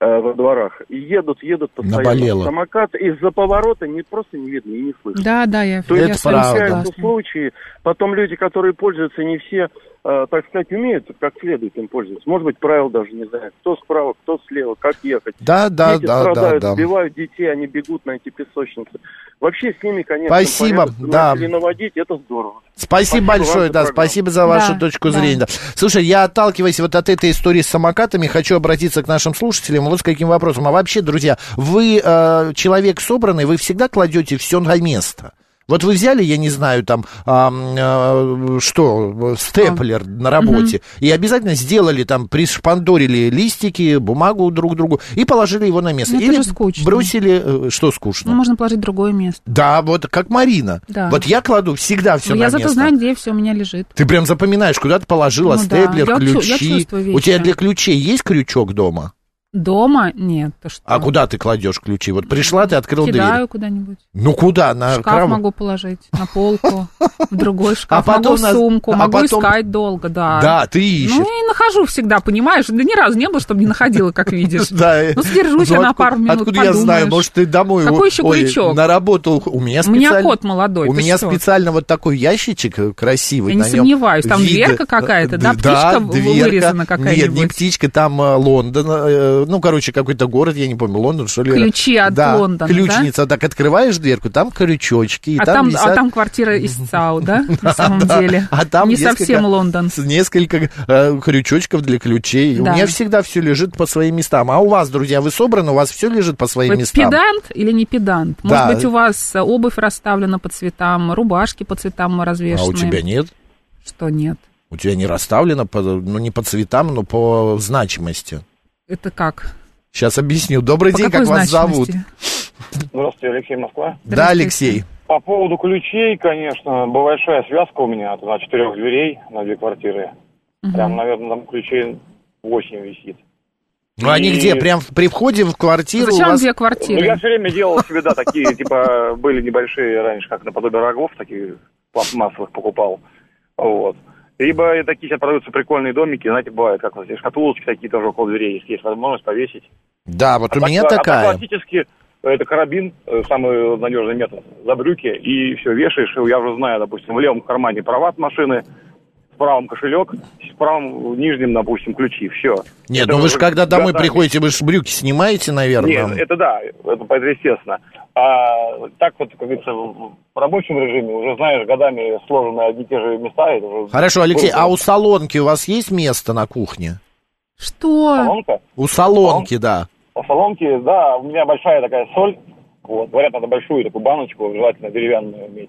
[SPEAKER 4] э, во дворах. И едут, едут постоянно.
[SPEAKER 1] Наболело.
[SPEAKER 4] Самокат из-за поворота не просто не видно и не слышно.
[SPEAKER 2] Да, да, я,
[SPEAKER 4] То
[SPEAKER 2] я
[SPEAKER 1] Это
[SPEAKER 2] с вами
[SPEAKER 1] правда.
[SPEAKER 4] Случаются
[SPEAKER 2] согласна.
[SPEAKER 4] случаи, потом люди, которые пользуются, не все, э, так сказать, умеют как следует им пользоваться. Может быть, правил даже не знают. Кто справа, кто слева, как ехать.
[SPEAKER 1] Да, да,
[SPEAKER 4] Дети
[SPEAKER 1] да, да,
[SPEAKER 4] страдают,
[SPEAKER 1] да.
[SPEAKER 4] сбивают детей, они бегут на эти песочницы. Вообще с ними, конечно,
[SPEAKER 1] Спасибо,
[SPEAKER 4] порядок
[SPEAKER 1] да.
[SPEAKER 4] начали наводить, это здорово.
[SPEAKER 1] Спасибо,
[SPEAKER 4] Спасибо вам
[SPEAKER 1] большое,
[SPEAKER 4] за
[SPEAKER 1] да,
[SPEAKER 4] программу.
[SPEAKER 1] спасибо за вашу
[SPEAKER 2] Да,
[SPEAKER 1] точку
[SPEAKER 2] да.
[SPEAKER 1] зрения. да. Слушай, я отталкиваясь вот от этой истории с самокатами, хочу обратиться к нашим слушателям вот с каким вопросом. А вообще, друзья, вы э, человек собранный, вы всегда кладете все на место. Вот вы взяли, я не знаю, там, а, м, э, что, э, степлер на работе, и обязательно сделали там, пришпандорили листики, бумагу друг к другу и положили его на место.
[SPEAKER 2] Ну, это
[SPEAKER 1] Или
[SPEAKER 2] же скучно.
[SPEAKER 1] бросили, э, что скучно?
[SPEAKER 2] Ну, можно положить другое место.
[SPEAKER 1] Да, вот как Марина.
[SPEAKER 2] Да.
[SPEAKER 1] Вот я кладу всегда все
[SPEAKER 2] Но
[SPEAKER 1] на
[SPEAKER 2] я
[SPEAKER 1] место.
[SPEAKER 2] зато знаю, где все у меня лежит.
[SPEAKER 1] Ты прям запоминаешь, куда ты положила
[SPEAKER 2] Ну да,
[SPEAKER 1] степлер,
[SPEAKER 2] я чу- я
[SPEAKER 1] ключи.
[SPEAKER 2] чувствую вещи.
[SPEAKER 1] У тебя для ключей есть крючок дома?
[SPEAKER 2] Дома? Нет, то что?
[SPEAKER 1] А куда ты кладешь ключи? Вот пришла, ты открыл дверь.
[SPEAKER 2] Кидаю куда-нибудь.
[SPEAKER 1] Ну куда? На
[SPEAKER 2] Шкаф
[SPEAKER 1] кров-
[SPEAKER 2] могу положить, на полку, в другой шкаф,
[SPEAKER 1] А потом
[SPEAKER 2] могу в
[SPEAKER 1] на-
[SPEAKER 2] сумку,
[SPEAKER 1] а
[SPEAKER 2] могу
[SPEAKER 1] потом-
[SPEAKER 2] искать долго, да.
[SPEAKER 1] Да, ты ищешь.
[SPEAKER 2] Ну и нахожу всегда, понимаешь? Да ни разу не было, чтобы не находила, как видишь.
[SPEAKER 1] Да, э,
[SPEAKER 2] Ну, сдержусь я на
[SPEAKER 1] откуда-
[SPEAKER 2] пару минут,
[SPEAKER 1] Откуда я знаю?
[SPEAKER 2] подумаешь.
[SPEAKER 1] Может, ты домой...
[SPEAKER 2] Какой
[SPEAKER 1] у-
[SPEAKER 2] еще
[SPEAKER 1] ой,
[SPEAKER 2] крючок?
[SPEAKER 1] На работу... ух- У меня
[SPEAKER 2] У меня
[SPEAKER 1] специально-
[SPEAKER 2] кот молодой,
[SPEAKER 1] У
[SPEAKER 2] ты
[SPEAKER 1] меня
[SPEAKER 2] что?
[SPEAKER 1] специально вот такой ящичек э, красивый.
[SPEAKER 2] Я не
[SPEAKER 1] на нем
[SPEAKER 2] сомневаюсь, там
[SPEAKER 1] виды.
[SPEAKER 2] дверка какая-то, да,
[SPEAKER 1] Д- да,
[SPEAKER 2] птичка в-
[SPEAKER 1] дверка.
[SPEAKER 2] вырезана
[SPEAKER 1] Нет, не
[SPEAKER 2] какая-нибудь.
[SPEAKER 1] птичка, там э, Лондон э, ну, короче, какой-то город, я не помню, Лондон, что ли.
[SPEAKER 2] Ключи от
[SPEAKER 1] да,
[SPEAKER 2] Лондона, да?
[SPEAKER 1] ключница, так открываешь дверку, там крючочки, и
[SPEAKER 2] А
[SPEAKER 1] там
[SPEAKER 2] там,
[SPEAKER 1] висят...
[SPEAKER 2] а там квартира из ЦАУ, да, на самом
[SPEAKER 1] Да,
[SPEAKER 2] деле?
[SPEAKER 1] А там
[SPEAKER 2] Не
[SPEAKER 1] несколько-
[SPEAKER 2] совсем Лондон.
[SPEAKER 1] с- Несколько э, крючочков для ключей.
[SPEAKER 2] Да.
[SPEAKER 1] У меня всегда все лежит по своим местам. А у вас, друзья, вы собраны, у вас все лежит по своим
[SPEAKER 2] Вы
[SPEAKER 1] местам.
[SPEAKER 2] педант или не педант?
[SPEAKER 1] Да.
[SPEAKER 2] Может быть, у вас э, обувь расставлена по цветам, рубашки по цветам
[SPEAKER 1] А
[SPEAKER 2] развешаны?
[SPEAKER 1] у тебя нет?
[SPEAKER 2] Что нет?
[SPEAKER 1] У тебя не расставлено, по- ну не по цветам, но по значимости.
[SPEAKER 2] Это как?
[SPEAKER 1] Сейчас объясню. Добрый
[SPEAKER 2] По
[SPEAKER 1] день,
[SPEAKER 2] какой
[SPEAKER 1] как вас зовут?
[SPEAKER 2] значимости?
[SPEAKER 4] Здравствуйте, Алексей Москва.
[SPEAKER 1] Да,
[SPEAKER 2] Здравствуйте.
[SPEAKER 1] Алексей.
[SPEAKER 4] По поводу ключей, конечно, большая связка у меня. На четырех дверей, на две квартиры. Прям, наверное, там ключей 8 висит.
[SPEAKER 1] Ну они
[SPEAKER 4] И-
[SPEAKER 1] где? Прям в- при входе в квартиру у
[SPEAKER 2] Зачем
[SPEAKER 1] вас...
[SPEAKER 2] две
[SPEAKER 4] Ну, я
[SPEAKER 2] квартиры?
[SPEAKER 4] все время делал себе, да, такие, типа, были небольшие раньше, как наподобие рогов, таких пластмассовых покупал. Вот. Либо и такие сейчас продаются прикольные домики, знаете, бывают, как вот эти шкатулочки такие тоже около дверей, если есть возможность повесить.
[SPEAKER 1] Да, вот
[SPEAKER 4] А
[SPEAKER 1] у меня
[SPEAKER 4] так, а так
[SPEAKER 1] такая.
[SPEAKER 4] классически это карабин, э, самый надежный метод. За брюки и все, вешаешь. И Я уже знаю, допустим, в левом кармане права от машины, в правом кошелек, в правом в нижнем, допустим, ключи. Все.
[SPEAKER 1] Нет, ну вы же когда домой приходите, вы же брюки снимаете, наверное.
[SPEAKER 4] Нет, это да, это, это естественно. А так вот, как говорится, в в рабочем режиме уже знаешь, годами сложены одни и те же места. Это уже
[SPEAKER 1] Хорошо, Алексей,
[SPEAKER 4] Круто.
[SPEAKER 1] а у салонки у вас есть место на кухне?
[SPEAKER 2] Что?
[SPEAKER 4] Колонка.
[SPEAKER 1] У салонки, да.
[SPEAKER 4] По соломке, А да, у меня большая такая соль. Вот, говорят, надо большую такую баночку, желательно деревянную иметь.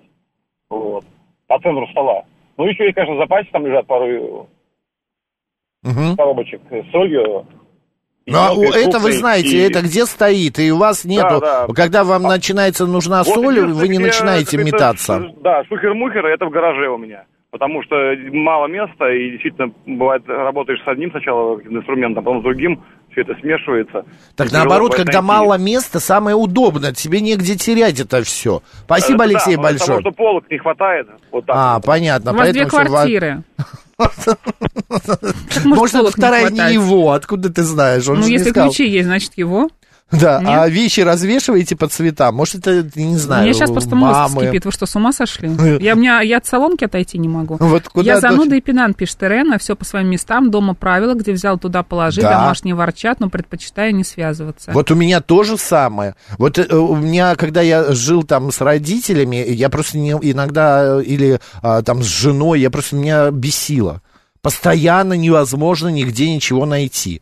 [SPEAKER 4] Вот. По центру стола. Ну, еще и, конечно, в запасе там лежат пару
[SPEAKER 1] Мгм.
[SPEAKER 4] коробочек с солью. И
[SPEAKER 1] Ну, а у-
[SPEAKER 4] мелкой
[SPEAKER 1] это вы
[SPEAKER 4] крупной,
[SPEAKER 1] знаете,
[SPEAKER 4] и-
[SPEAKER 1] это где стоит, и у вас нету.
[SPEAKER 4] да. А
[SPEAKER 1] Когда вам начинается нужна
[SPEAKER 4] Вот
[SPEAKER 1] соль,
[SPEAKER 4] единственное,
[SPEAKER 1] вы не
[SPEAKER 4] где,
[SPEAKER 1] начинаете
[SPEAKER 4] как говорится,
[SPEAKER 1] метаться.
[SPEAKER 4] Да, шухер-мухер, это в гараже у меня. Потому что мало места, и действительно, бывает, работаешь с одним сначала инструментом, а потом с другим, все это смешивается.
[SPEAKER 1] Так
[SPEAKER 4] И тяжело
[SPEAKER 1] наоборот,
[SPEAKER 4] бывает
[SPEAKER 1] когда
[SPEAKER 4] найти.
[SPEAKER 1] мало места, самое удобное, тебе негде терять это все. Спасибо,
[SPEAKER 4] Это Э, да,
[SPEAKER 1] Алексей,
[SPEAKER 4] но из-за
[SPEAKER 1] большое.
[SPEAKER 4] Того, что полок не хватает, вот так.
[SPEAKER 1] А, понятно.
[SPEAKER 2] У вас две
[SPEAKER 1] поэтому всё ва-
[SPEAKER 2] квартиры. Так, может,
[SPEAKER 1] Может,
[SPEAKER 2] полок не
[SPEAKER 1] вторая не
[SPEAKER 2] хватает?
[SPEAKER 1] его, откуда ты знаешь? Он
[SPEAKER 2] Ну,
[SPEAKER 1] же не
[SPEAKER 2] если
[SPEAKER 1] сказал.
[SPEAKER 2] ключи есть, значит, его.
[SPEAKER 1] Да,
[SPEAKER 2] Нет?
[SPEAKER 1] а вещи развешиваете по цветам. Может, это, не знаю,
[SPEAKER 2] У меня сейчас просто мозг
[SPEAKER 1] мамы.
[SPEAKER 2] скипит. Вы что, с ума сошли? Я, у меня, я от салонки отойти не могу.
[SPEAKER 1] Вот Ну, куда
[SPEAKER 2] я
[SPEAKER 1] ты-
[SPEAKER 2] зануда и пенант, пишет Ирена. Все по своим местам. Дома правила, где взял, туда положи.
[SPEAKER 1] Да.
[SPEAKER 2] Домашние ворчат, но предпочитаю не связываться.
[SPEAKER 1] Вот у меня то же самое. Вот э, у меня, когда я жил там с родителями, я просто не, иногда, э, или а, там с женой, я просто меня бесило. Постоянно невозможно нигде ничего найти.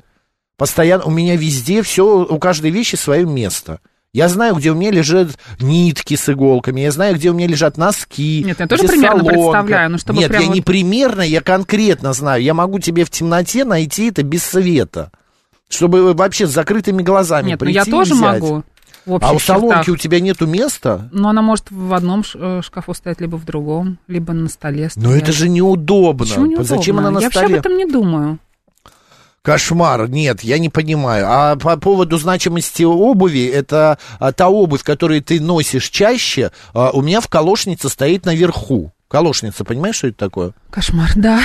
[SPEAKER 1] Постоянно у меня везде все, у каждой вещи свое место. Я знаю, где у меня лежат нитки с иголками, я знаю, где у меня лежат носки.
[SPEAKER 2] Нет, я тоже
[SPEAKER 1] где
[SPEAKER 2] примерно представляю, но чтобы
[SPEAKER 1] Нет,
[SPEAKER 2] прям
[SPEAKER 1] я не
[SPEAKER 2] вот-
[SPEAKER 1] примерно, я конкретно знаю. Я могу тебе в темноте найти это без света. Чтобы вообще с закрытыми глазами
[SPEAKER 2] Нет, ну
[SPEAKER 1] прийти
[SPEAKER 2] я
[SPEAKER 1] и
[SPEAKER 2] тоже
[SPEAKER 1] взять.
[SPEAKER 2] могу. В общих
[SPEAKER 1] А у салонки
[SPEAKER 2] чертах.
[SPEAKER 1] у тебя нету места?
[SPEAKER 2] Но она может в одном ш- э, шкафу стоять, либо в другом, либо на столе стоять.
[SPEAKER 1] Но Ну, это же неудобно.
[SPEAKER 2] Почему неудобно?
[SPEAKER 1] Зачем она на
[SPEAKER 2] Я
[SPEAKER 1] столе?
[SPEAKER 2] вообще об этом не думаю.
[SPEAKER 1] Кошмар. Нет, я не понимаю. А по поводу значимости обуви, это а, та обувь, которую ты носишь чаще, а, у меня в колошнице стоит наверху. Колошница, понимаешь, что это такое?
[SPEAKER 2] Кошмар, да.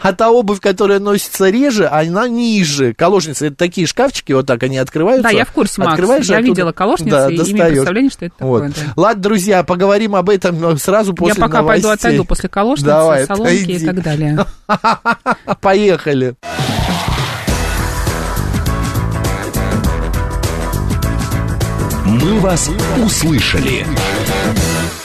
[SPEAKER 1] А та обувь, которая носится реже, она ниже. Колошница это такие шкафчики, вот так они открываются.
[SPEAKER 2] Да, я в курсе, Макс.
[SPEAKER 1] Открываешь а
[SPEAKER 2] Я
[SPEAKER 1] оттуда-
[SPEAKER 2] видела колошницы
[SPEAKER 1] Да,
[SPEAKER 2] и имею
[SPEAKER 1] достаёшь.
[SPEAKER 2] представление, что это такое.
[SPEAKER 1] Вот.
[SPEAKER 2] да.
[SPEAKER 1] Ладно, друзья, поговорим об этом э, сразу после
[SPEAKER 2] Я пока пойду
[SPEAKER 1] новостей.
[SPEAKER 2] отойду после колошницы,
[SPEAKER 1] Давай,
[SPEAKER 2] салонки
[SPEAKER 1] отойди.
[SPEAKER 2] и так далее.
[SPEAKER 1] Поехали.
[SPEAKER 3] «Мы вас услышали».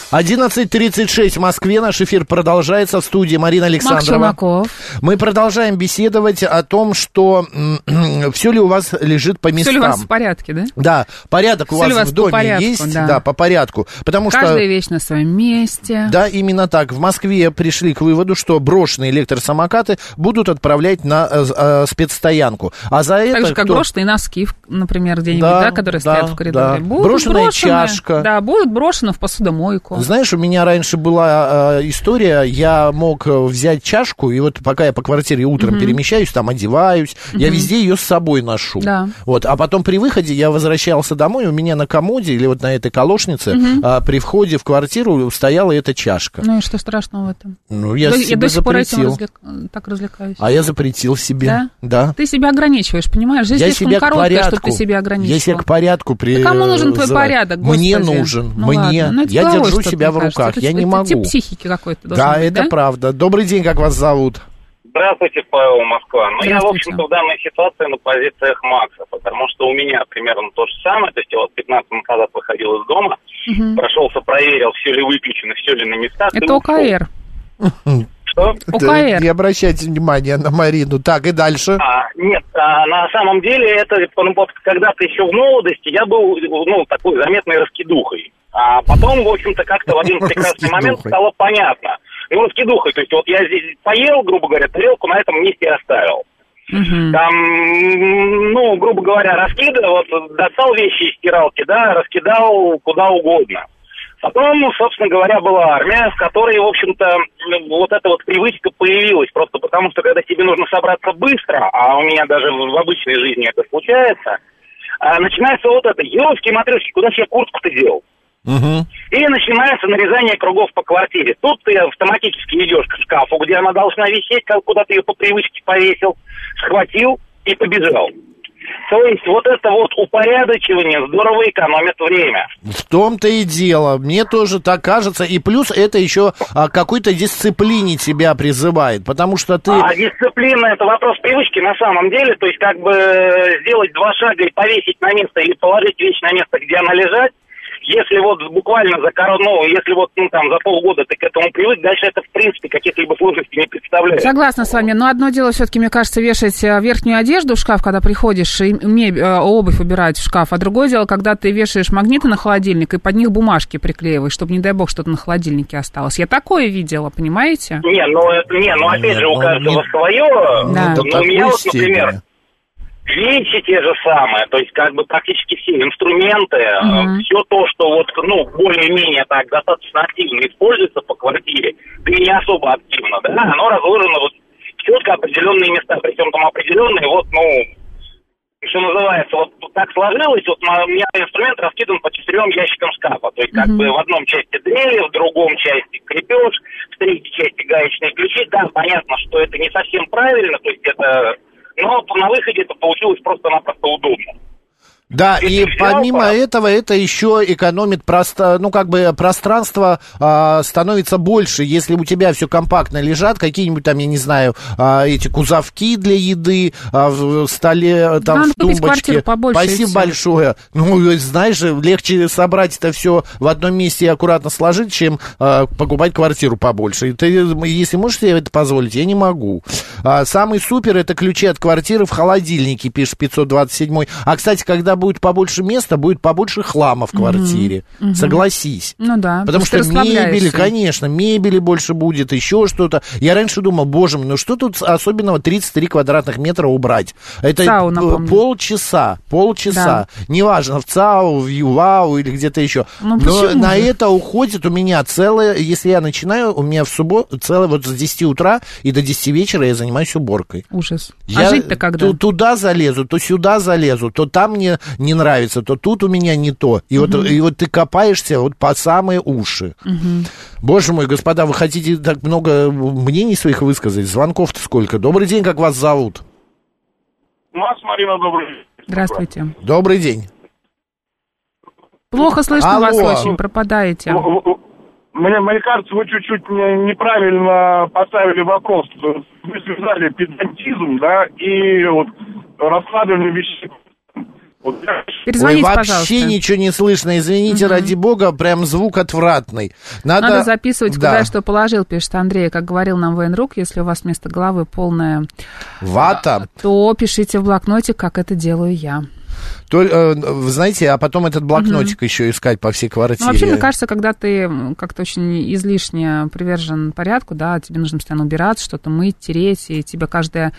[SPEAKER 1] 11.36 в Москве. Наш эфир продолжается в студии Марина
[SPEAKER 2] Макс
[SPEAKER 1] Александрова.
[SPEAKER 2] Челноков.
[SPEAKER 1] Мы продолжаем беседовать о том, что все ли у вас лежит по
[SPEAKER 2] Все
[SPEAKER 1] местам.
[SPEAKER 2] ли у вас в порядке, да?
[SPEAKER 1] Да, порядок у
[SPEAKER 2] Всё
[SPEAKER 1] вас,
[SPEAKER 2] ли у вас
[SPEAKER 1] в
[SPEAKER 2] по
[SPEAKER 1] доме
[SPEAKER 2] порядку,
[SPEAKER 1] есть,
[SPEAKER 2] да.
[SPEAKER 1] по порядку. Потому что
[SPEAKER 2] Каждая вещь на своем месте.
[SPEAKER 1] Да, именно так. В Москве пришли к выводу, что брошенные электросамокаты будут отправлять на э, э, спецстоянку. А за это
[SPEAKER 2] Так же, как
[SPEAKER 1] кто-
[SPEAKER 2] брошенные носки, в- например, где-нибудь,
[SPEAKER 1] Да,
[SPEAKER 2] да, которые
[SPEAKER 1] да,
[SPEAKER 2] стоят в коридоре.
[SPEAKER 1] да.
[SPEAKER 2] Будут
[SPEAKER 1] Брошенная
[SPEAKER 2] брошены,
[SPEAKER 1] чашка.
[SPEAKER 2] Да, будут брошены в посудомойку.
[SPEAKER 1] Знаешь, у меня раньше была э, история, я мог э, взять чашку, и вот пока я по квартире утром перемещаюсь, там одеваюсь, я везде ее с собой ношу.
[SPEAKER 2] Да.
[SPEAKER 1] Вот, а потом при выходе я возвращался домой, у меня на комоде или вот на этой колошнице а, при входе в квартиру стояла эта чашка.
[SPEAKER 2] Ну и что страшного в этом?
[SPEAKER 1] Ну, я
[SPEAKER 2] Да,
[SPEAKER 1] себе
[SPEAKER 2] до сих пор этим
[SPEAKER 1] запретил.
[SPEAKER 2] развлек- э, так развлекаюсь.
[SPEAKER 1] А я запретил себе.
[SPEAKER 2] Да?
[SPEAKER 1] да.
[SPEAKER 2] Ты себя ограничиваешь, понимаешь? Жизнь
[SPEAKER 1] я
[SPEAKER 2] слишком
[SPEAKER 1] себя к
[SPEAKER 2] короткая,
[SPEAKER 1] порядку.
[SPEAKER 2] чтобы ты себя ограничивал.
[SPEAKER 1] Я себя к порядку при.
[SPEAKER 2] Да кому нужен твой
[SPEAKER 1] называю.
[SPEAKER 2] порядок,
[SPEAKER 1] Мне
[SPEAKER 2] господи?
[SPEAKER 1] нужен.
[SPEAKER 2] Ну
[SPEAKER 1] мне.
[SPEAKER 2] ладно, ну это
[SPEAKER 1] я
[SPEAKER 2] головой
[SPEAKER 1] держу
[SPEAKER 2] что-то,
[SPEAKER 1] себя в
[SPEAKER 2] мне кажется.
[SPEAKER 1] руках.
[SPEAKER 2] Это-
[SPEAKER 1] я не
[SPEAKER 2] это
[SPEAKER 1] могу.
[SPEAKER 2] Тип психики какой-то должен
[SPEAKER 1] да,
[SPEAKER 2] быть,
[SPEAKER 1] это правда. Добрый день, как вас зовут?
[SPEAKER 5] Здравствуйте, Павел Москва. Ну, я, в
[SPEAKER 2] Здравствуйте.
[SPEAKER 5] общем-то, в данной ситуации на позициях Макса, потому что у меня примерно то же самое. То есть я вот 15 минут назад выходил из дома,
[SPEAKER 2] Мгм.
[SPEAKER 5] прошелся, проверил, все ли выключено, все ли на местах. и
[SPEAKER 2] Это
[SPEAKER 5] ушел.
[SPEAKER 2] ОКР.
[SPEAKER 5] Что?
[SPEAKER 2] ОКР.
[SPEAKER 1] Не обращайте внимания на Марину. Так, и дальше.
[SPEAKER 5] А, нет, а, на самом деле это ну, вот когда-то еще в молодости я был ну, такой заметной раскидухой. А потом, в общем-то, как-то в один прекрасный момент
[SPEAKER 1] Раскидухой.
[SPEAKER 5] стало понятно. Ну, раскидухой, то есть вот я здесь поел, грубо говоря, тарелку на этом месте и оставил.
[SPEAKER 2] Мгм.
[SPEAKER 5] Там, ну, грубо говоря, раскидывал, вот, достал вещи из стиралки, да, раскидал куда угодно. Потом, ну, собственно говоря, была армия, в которой, в общем-то, ну, вот эта вот привычка появилась. Просто потому, что когда тебе нужно собраться быстро, а у меня даже в в обычной жизни это случается, а, начинается вот это, елочки матрешки, куда себе куртку-то дел?
[SPEAKER 1] Мгм.
[SPEAKER 5] И начинается нарезание кругов по квартире. Тут ты автоматически идешь к шкафу, где она должна висеть, как- куда ты ее по привычке повесил, схватил и побежал. То есть вот это вот упорядочивание здорово экономит время.
[SPEAKER 1] В том-то и дело. Мне тоже так кажется. И плюс это еще а, к какой-то дисциплине тебя призывает. Потому что ты...
[SPEAKER 5] А дисциплина это вопрос привычки на самом деле. То есть как бы э, сделать два шага и повесить на место или положить вещь на место, где она лежать. Если вот буквально за кор- ну, если вот ну, там за полгода ты к этому привык, дальше это в принципе каких-либо сложностей не представляет.
[SPEAKER 2] Согласна с вами, но одно дело все-таки, мне кажется, вешать э, верхнюю одежду в шкаф, когда приходишь и меб- э, обувь убирать в шкаф, а другое дело, когда ты вешаешь магниты на холодильник и под них бумажки приклеиваешь, чтобы, не дай бог, что-то на холодильнике осталось. Я такое видела, понимаете?
[SPEAKER 5] Не, ну, это- не, ну опять
[SPEAKER 1] Нет,
[SPEAKER 5] же, у
[SPEAKER 1] ну,
[SPEAKER 5] каждого
[SPEAKER 1] не-
[SPEAKER 5] свое.
[SPEAKER 2] Да.
[SPEAKER 1] до
[SPEAKER 5] Ну, у
[SPEAKER 1] такой
[SPEAKER 5] меня вот, например,
[SPEAKER 1] степени.
[SPEAKER 5] вещи те же самые, то есть как бы практически все инструменты,
[SPEAKER 2] Мгм.
[SPEAKER 5] все то, что вот, ну, более-менее так достаточно активно используется по квартире, да и не особо активно, да, оно разложено вот в четко определенные места, причем там определенные, вот, ну, что называется, вот так сложилось, вот мо- у меня инструмент раскидан по четырем ящикам шкафа. То есть, как бы в одном части дрели, в другом части крепеж, в третьей части гаечные ключи. Да, понятно, что это не совсем правильно, то есть это... Но на выходе это получилось просто-напросто удобно.
[SPEAKER 1] Да, и
[SPEAKER 5] Если
[SPEAKER 1] помимо
[SPEAKER 5] взял,
[SPEAKER 1] этого, это еще экономит просто, ну, как бы пространство а, становится больше, если у тебя все компактно лежат, какие-нибудь там, я не знаю, а, эти кузовки для еды а, в в столе, там,
[SPEAKER 2] Надо
[SPEAKER 1] в
[SPEAKER 2] купить
[SPEAKER 1] тумбочке.
[SPEAKER 2] квартиру побольше, и
[SPEAKER 1] Спасибо
[SPEAKER 2] всё.
[SPEAKER 1] большое. Ну, и знаешь же, легче собрать это все в одном месте и аккуратно сложить, чем а, покупать квартиру побольше. И Ты, если можешь себе это позволить, я не могу. А, самый супер это ключи от квартиры в холодильнике, пишет 527. А кстати, когда будет побольше места, будет побольше хлама в квартире. Согласись.
[SPEAKER 2] Ну да.
[SPEAKER 1] Потому что
[SPEAKER 2] ты расслабляешься.
[SPEAKER 1] мебели, конечно, мебели больше будет, еще что-то. Я раньше думал, боже мой, ну что тут особенного 33 квадратных метра убрать? Это
[SPEAKER 2] ЦАУ,
[SPEAKER 1] п-
[SPEAKER 2] напомню.
[SPEAKER 1] полчаса, полчаса. Неважно, в ЦАУ, в ЮАУ или где-то еще.
[SPEAKER 2] Ну,
[SPEAKER 1] Но
[SPEAKER 2] почему
[SPEAKER 1] на
[SPEAKER 2] же?
[SPEAKER 1] это уходит у меня целое, если я начинаю, у меня в субботу целое вот с 10 утра и до 10 вечера я занимаюсь уборкой.
[SPEAKER 2] Ужас.
[SPEAKER 1] Я
[SPEAKER 2] а жить-то когда?
[SPEAKER 1] ту- туда залезу, то сюда залезу, то там мне не нравится, то тут у меня не то. И, вот, и вот ты копаешься вот по самые уши. Боже мой, господа, вы хотите так много мнений своих высказать? Звонков-то сколько? Добрый день, как вас зовут?
[SPEAKER 6] Макс, Ну, а, Марина, добрый день.
[SPEAKER 2] Здравствуйте.
[SPEAKER 1] Добрый день.
[SPEAKER 2] Плохо слышно
[SPEAKER 1] Алло.
[SPEAKER 2] вас очень, пропадаете.
[SPEAKER 6] В- в- Мне, мне кажется, вы чуть-чуть не- неправильно поставили вопрос. Вы связали педантизм, да, и вот раскладывание вещей. Вот я-
[SPEAKER 2] Перезвоните,
[SPEAKER 1] Ой, вообще
[SPEAKER 2] пожалуйста.
[SPEAKER 1] ничего не слышно, извините, ради бога, прям звук отвратный. Надо,
[SPEAKER 2] Надо, записывать,
[SPEAKER 1] Да.
[SPEAKER 2] куда я что положил, пишет Андрей. Как говорил нам военрук, если у вас вместо головы полная,
[SPEAKER 1] Вата.
[SPEAKER 2] то пишите в блокноте, как это делаю я. Ну,
[SPEAKER 1] То, э, вы знаете, а потом этот блокнотик еще искать по всей квартире.
[SPEAKER 2] Ну, вообще, мне кажется, когда ты м, как-то очень излишне привержен порядку, да, тебе нужно постоянно убираться, что-то мыть, тереть, и тебя каждая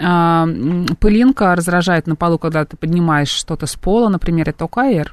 [SPEAKER 2] а, м, пылинка раздражает на полу, когда ты поднимаешь что-то с пола, например, это ОКР.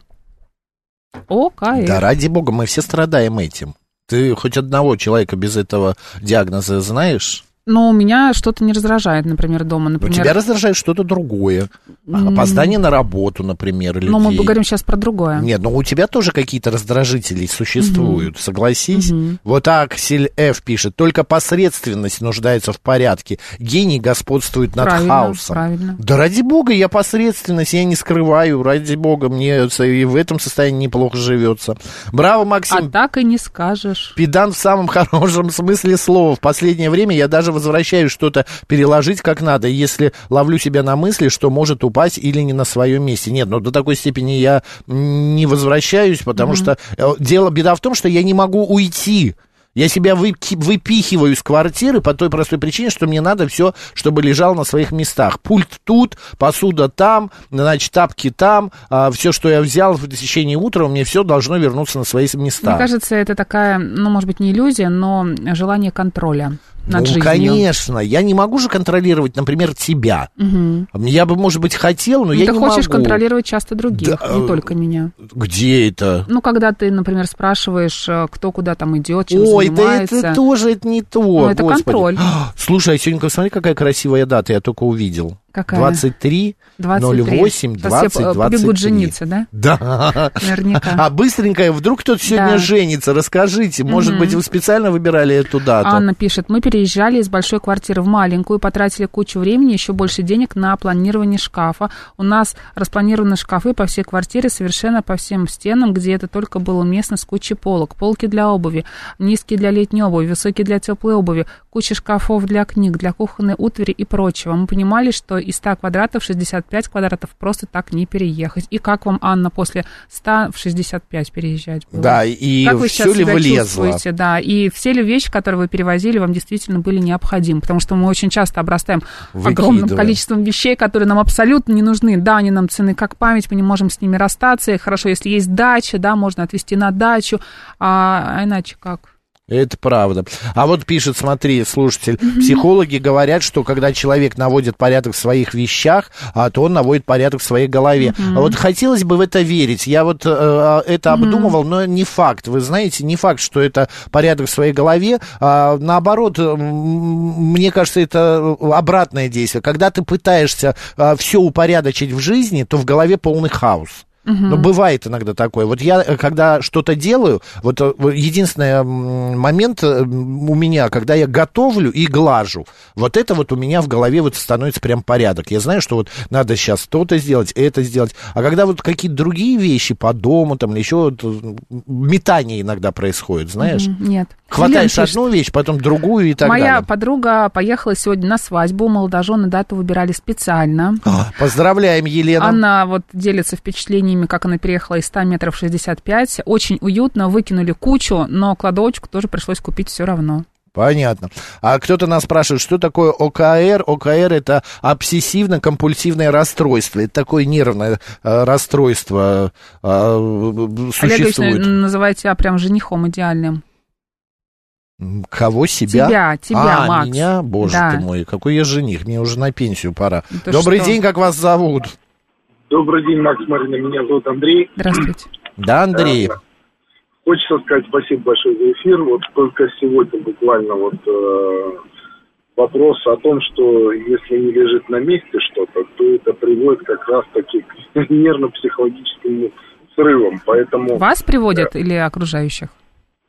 [SPEAKER 2] ОКР.
[SPEAKER 1] Да ради бога, мы все страдаем этим. Ты хоть одного человека без этого диагноза знаешь?
[SPEAKER 2] Но у меня что-то не раздражает, например, дома.
[SPEAKER 1] У
[SPEAKER 2] Например,
[SPEAKER 1] Ну, тебя раздражает что-то другое. А, Опоздание на работу, например, людей.
[SPEAKER 2] но Ну, мы говорим сейчас про другое.
[SPEAKER 1] Нет, ну у тебя тоже какие-то раздражители существуют, согласись? Вот Аксель Ф пишет, только посредственность нуждается в порядке. Гений господствует над
[SPEAKER 2] Правильно,
[SPEAKER 1] хаосом.
[SPEAKER 2] правильно.
[SPEAKER 1] Да ради бога, я посредственность, я не скрываю, ради бога, мне с- и в этом состоянии неплохо живется. Браво, Максим,
[SPEAKER 2] А так и не скажешь.
[SPEAKER 1] Педант в самом хорошем смысле слова. В последнее время я даже возвращаюсь что-то переложить как надо, если ловлю себя на мысли, что может упасть или не на своем месте. Нет, ну до такой степени я не возвращаюсь, потому
[SPEAKER 2] Мгм.
[SPEAKER 1] что э, дело, беда в том, что я не могу уйти. Я себя выки- выпихиваю из квартиры по той простой причине, что мне надо все, чтобы лежал на своих местах. Пульт тут, посуда там, значит, тапки там. все, что я взял в течение утра, мне все должно вернуться на свои места.
[SPEAKER 2] Мне кажется, это такая, ну, может быть, не иллюзия, но желание контроля над
[SPEAKER 1] ну,
[SPEAKER 2] жизнью.
[SPEAKER 1] конечно. Я не могу же контролировать, например, тебя.
[SPEAKER 2] Мгм. Ну,
[SPEAKER 1] Я бы, может быть, хотел, но я
[SPEAKER 2] Ты
[SPEAKER 1] не
[SPEAKER 2] хочешь
[SPEAKER 1] могу.
[SPEAKER 2] контролировать часто других,
[SPEAKER 1] Да, э,
[SPEAKER 2] не только меня.
[SPEAKER 1] Где это?
[SPEAKER 2] Ну, когда ты, например, спрашиваешь, э, кто куда там идет, чем
[SPEAKER 1] Ой, да
[SPEAKER 2] занимается.
[SPEAKER 1] это тоже это не то.
[SPEAKER 2] Ну, это
[SPEAKER 1] господи.
[SPEAKER 2] контроль.
[SPEAKER 1] Слушай, а сегодня, посмотри, какая красивая дата, я только увидел.
[SPEAKER 2] Какая?
[SPEAKER 1] 23,
[SPEAKER 2] 23.
[SPEAKER 1] 08,
[SPEAKER 2] Сейчас все,
[SPEAKER 1] 20,
[SPEAKER 2] э,
[SPEAKER 1] 23.
[SPEAKER 2] побегут жениться, да?
[SPEAKER 1] Да.
[SPEAKER 2] Наверняка.
[SPEAKER 1] А быстренько, вдруг кто-то сегодня
[SPEAKER 2] Да.
[SPEAKER 1] женится, расскажите. Может
[SPEAKER 2] Мгм. А,
[SPEAKER 1] быть, вы специально выбирали эту дату?
[SPEAKER 2] Анна пишет, мы переезжали из большой квартиры в маленькую, потратили кучу времени, еще больше денег на планирование шкафа. У нас распланированы шкафы по всей квартире, совершенно по всем стенам, где это только было уместно с кучей полок. Полки для обуви, низкие для летней обуви, высокие для теплой обуви, куча шкафов для книг, для кухонной утвари и прочего. Мы понимали, что из 100 квадратов 65 квадратов просто так не переехать. И как вам, Анна, после 100 в 65 переезжать было?
[SPEAKER 1] Да, и
[SPEAKER 2] как вы
[SPEAKER 1] всё
[SPEAKER 2] сейчас
[SPEAKER 1] ли
[SPEAKER 2] себя
[SPEAKER 1] влезло?
[SPEAKER 2] чувствуете, да, и все ли вещи, которые вы перевозили, вам действительно были необходимы, потому что мы очень часто обрастаем огромным
[SPEAKER 1] Выкидываем.
[SPEAKER 2] количеством вещей, которые нам абсолютно не нужны, да, они нам цены как память, мы не можем с ними расстаться, и хорошо, если есть дача, да, можно отвезти на дачу, а, а иначе как?
[SPEAKER 1] Это правда. А вот пишет, смотри, слушатель, психологи говорят, что когда человек наводит порядок в своих вещах, а то он наводит порядок в своей голове. А Вот хотелось бы в это верить. Я вот э, это обдумывал, но не факт. Вы знаете, не факт, что это порядок в своей голове. А, наоборот, э, м, мне кажется, это обратное действие. Когда ты пытаешься все упорядочить в жизни, то в голове полный хаос. Но бывает иногда такое. Вот я, э, когда что-то делаю, вот э, вот единственный м, момент э, м, у меня, когда я готовлю и глажу, вот это вот у меня в голове вот становится прям порядок. Я знаю, что вот надо сейчас то-то сделать, это сделать. А когда вот какие-то другие вещи по дому там или еще вот, э, м, метание иногда происходит, знаешь?
[SPEAKER 2] Мгм, Нет.
[SPEAKER 1] Хватаешь
[SPEAKER 2] Елена пишет,
[SPEAKER 1] одну вещь, потом другую и так
[SPEAKER 2] Моя
[SPEAKER 1] далее.
[SPEAKER 2] подруга поехала сегодня на свадьбу, молодожены дату выбирали специально.
[SPEAKER 1] А, Поздравляем, Елена.
[SPEAKER 2] Она вот делится впечатлениями, как она переехала из 100 метров 65. Очень уютно, выкинули кучу, но кладовочку тоже пришлось купить все равно.
[SPEAKER 1] Понятно. А кто-то нас спрашивает, что такое ОКР? ОКР это обсессивно-компульсивное расстройство. Это такое нервное э, расстройство
[SPEAKER 2] А
[SPEAKER 1] э, э,
[SPEAKER 2] Олег Ильич,
[SPEAKER 1] существует.
[SPEAKER 2] н- называет тебя прям женихом идеальным.
[SPEAKER 1] М, Кого себя?
[SPEAKER 2] Тебя, тебя,
[SPEAKER 1] а,
[SPEAKER 2] Макс.
[SPEAKER 1] меня? Боже
[SPEAKER 2] Да. Ну,
[SPEAKER 1] ты мой, какой я жених, мне уже на пенсию пора.
[SPEAKER 2] Ты
[SPEAKER 1] Добрый
[SPEAKER 2] что?
[SPEAKER 1] день, как вас зовут?
[SPEAKER 7] Добрый день, Макс Марина. Меня зовут Андрей.
[SPEAKER 2] Здравствуйте.
[SPEAKER 1] Да, Андрей?
[SPEAKER 7] Хочется сказать спасибо большое за эфир. Вот только сегодня буквально вот э, вопрос о том, что если не лежит на месте что-то, то это приводит как раз-таки к нервно-психологическим срывам. Поэтому
[SPEAKER 2] Вас приводят или окружающих?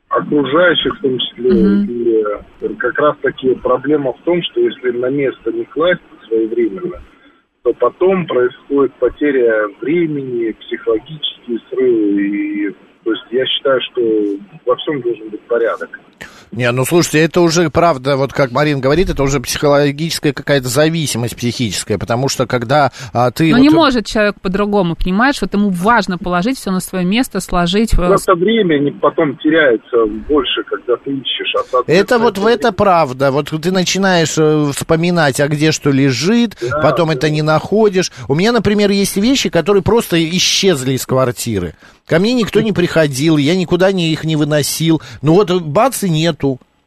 [SPEAKER 7] окружающих в том числе.
[SPEAKER 2] Мгм.
[SPEAKER 7] И э, как раз-таки проблема в том, что если на место не класть своевременно, то потом происходит потеря времени, психологические срывы. И, то есть я считаю, что во всем должен быть порядок.
[SPEAKER 1] Не, ну слушайте, это уже правда, вот как Марин говорит, это уже психологическая какая-то зависимость психическая, потому что когда а, ты...
[SPEAKER 2] но
[SPEAKER 1] вот-
[SPEAKER 2] Ну, не может человек по-другому, понимаешь? Вот ему важно положить все на свое место, сложить. э,
[SPEAKER 7] Просто время не потом теряется больше, когда ты ищешь. а, соответственно,
[SPEAKER 1] Это вот в это правда. Вот ты начинаешь э, вспоминать, а где что лежит, потом это не находишь. У меня, например, есть вещи, которые просто исчезли из квартиры. Ко мне никто не приходил, я никуда не, их не выносил. Ну вот э, бац и нету.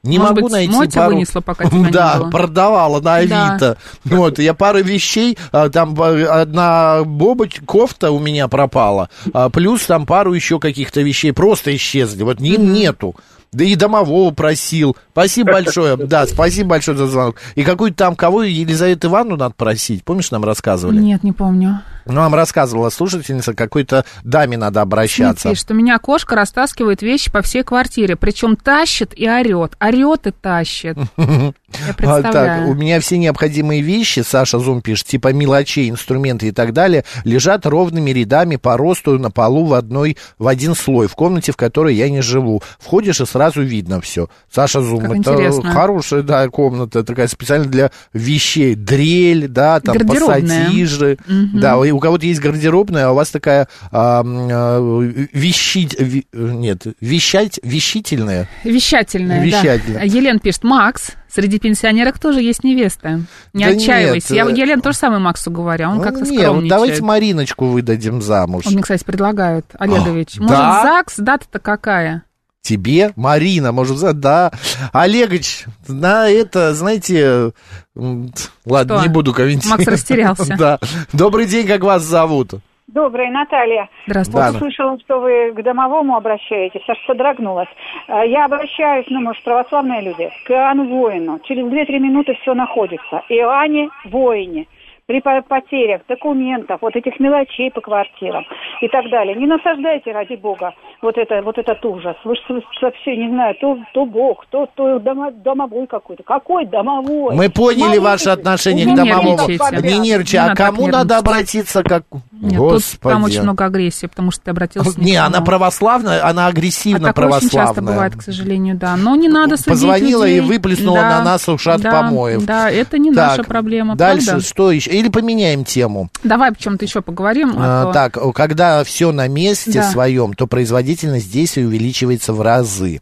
[SPEAKER 1] Не
[SPEAKER 2] Может
[SPEAKER 1] могу
[SPEAKER 2] быть,
[SPEAKER 1] найти
[SPEAKER 2] Мотя
[SPEAKER 1] пару...
[SPEAKER 2] вынесла, пока тебя не
[SPEAKER 1] Да,
[SPEAKER 2] было?
[SPEAKER 1] продавала на
[SPEAKER 2] Да.
[SPEAKER 1] Авито. Ну Вот, я пару вещей, а, там э, одна бобочка, кофта у меня пропала, а, плюс там пару еще каких-то вещей просто исчезли, вот ни- нету. Да и домового просил. Спасибо большое. Да, спасибо большое за звонок. И какую-то там, кого Елизавету Ивановну надо просить. Помнишь, нам рассказывали? Ну,
[SPEAKER 2] Нет, не помню.
[SPEAKER 1] Нам рассказывала слушательница, какой-то даме надо обращаться.
[SPEAKER 2] Смотри, что меня кошка растаскивает вещи по всей квартире, причем тащит и орет, орет и тащит. Я
[SPEAKER 1] А,
[SPEAKER 2] представляю.
[SPEAKER 1] Так, у меня все необходимые вещи, Саша Зум пишет, типа мелочей, инструменты и так далее, лежат ровными рядами по росту на полу в, одной, в один слой, в комнате, в которой я не живу. Входишь и сразу видно все. Саша Зум,
[SPEAKER 2] Как
[SPEAKER 1] это
[SPEAKER 2] интересно.
[SPEAKER 1] хорошая, да, комната, такая специально для вещей. Дрель, да, там
[SPEAKER 2] Гардеробная.
[SPEAKER 1] пассатижи.
[SPEAKER 2] Мгм.
[SPEAKER 1] Да, и у кого-то есть гардеробная, а у вас такая а, м, а, вещить, ви- нет, вещать, вещительная.
[SPEAKER 2] Вещательная,
[SPEAKER 1] Вещательная.
[SPEAKER 2] да. Елен пишет, Макс, среди пенсионеров тоже есть невеста. Не
[SPEAKER 1] Да
[SPEAKER 2] отчаивайся.
[SPEAKER 1] нет,
[SPEAKER 2] Я,
[SPEAKER 1] э,
[SPEAKER 2] Елен тоже самое Максу говорю, а он
[SPEAKER 1] Ну,
[SPEAKER 2] как-то
[SPEAKER 1] не, вот
[SPEAKER 2] скромничает.
[SPEAKER 1] давайте Мариночку выдадим замуж.
[SPEAKER 2] Он мне, кстати, предлагает, Олегович.
[SPEAKER 1] А,
[SPEAKER 2] Может,
[SPEAKER 1] да?
[SPEAKER 2] ЗАГС, дата-то какая?
[SPEAKER 1] Тебе, Марина, может, за- да. Олегович, на это, знаете, м, т- ладно,
[SPEAKER 8] Что?
[SPEAKER 1] не буду комментировать.
[SPEAKER 8] Макс растерялся.
[SPEAKER 1] Да. Добрый день, как вас зовут?
[SPEAKER 8] Доброе, Наталья.
[SPEAKER 1] Здравствуйте.
[SPEAKER 8] Вот услышала, что вы к домовому обращаетесь, аж содрогнулась. Э, Я обращаюсь, ну, мы же православные люди, к Иоанну Воину. Через 2-3 минуты все находится. Иоанне Воине. При по- потерях документов, вот этих мелочей по квартирам и так далее. Не насаждайте, ради бога, вот, это, вот этот ужас. Вы же вообще не знаю, то, то бог, то, то домо- домовой какой-то. Какой домовой?
[SPEAKER 1] Мы поняли
[SPEAKER 8] Молитесь.
[SPEAKER 1] ваше отношение к
[SPEAKER 8] Уже
[SPEAKER 1] домовому.
[SPEAKER 8] нервничайте.
[SPEAKER 1] Не нервничай,
[SPEAKER 2] Не
[SPEAKER 1] а
[SPEAKER 2] надо
[SPEAKER 1] кому
[SPEAKER 2] так
[SPEAKER 1] надо
[SPEAKER 2] нервничать.
[SPEAKER 1] обратиться? Как...
[SPEAKER 2] Нет, тут там очень много агрессии, потому что ты обратился
[SPEAKER 1] Не,
[SPEAKER 2] к
[SPEAKER 1] она
[SPEAKER 2] кому.
[SPEAKER 1] православная, она агрессивно
[SPEAKER 2] А такое очень
[SPEAKER 1] православная.
[SPEAKER 2] часто бывает, к сожалению, да. Но не надо судить
[SPEAKER 1] Позвонила
[SPEAKER 2] людей.
[SPEAKER 1] и выплеснула
[SPEAKER 2] Да,
[SPEAKER 1] на нас ушат
[SPEAKER 2] да,
[SPEAKER 1] помоев.
[SPEAKER 2] Да, это не
[SPEAKER 1] Так,
[SPEAKER 2] наша проблема,
[SPEAKER 1] Дальше
[SPEAKER 2] правда?
[SPEAKER 1] что еще? Или поменяем тему.
[SPEAKER 2] Давай о чем-то еще поговорим. а
[SPEAKER 1] А,
[SPEAKER 2] то-
[SPEAKER 1] Так, о, когда все на месте
[SPEAKER 2] Да.
[SPEAKER 1] своем, то производительность действий увеличивается в разы,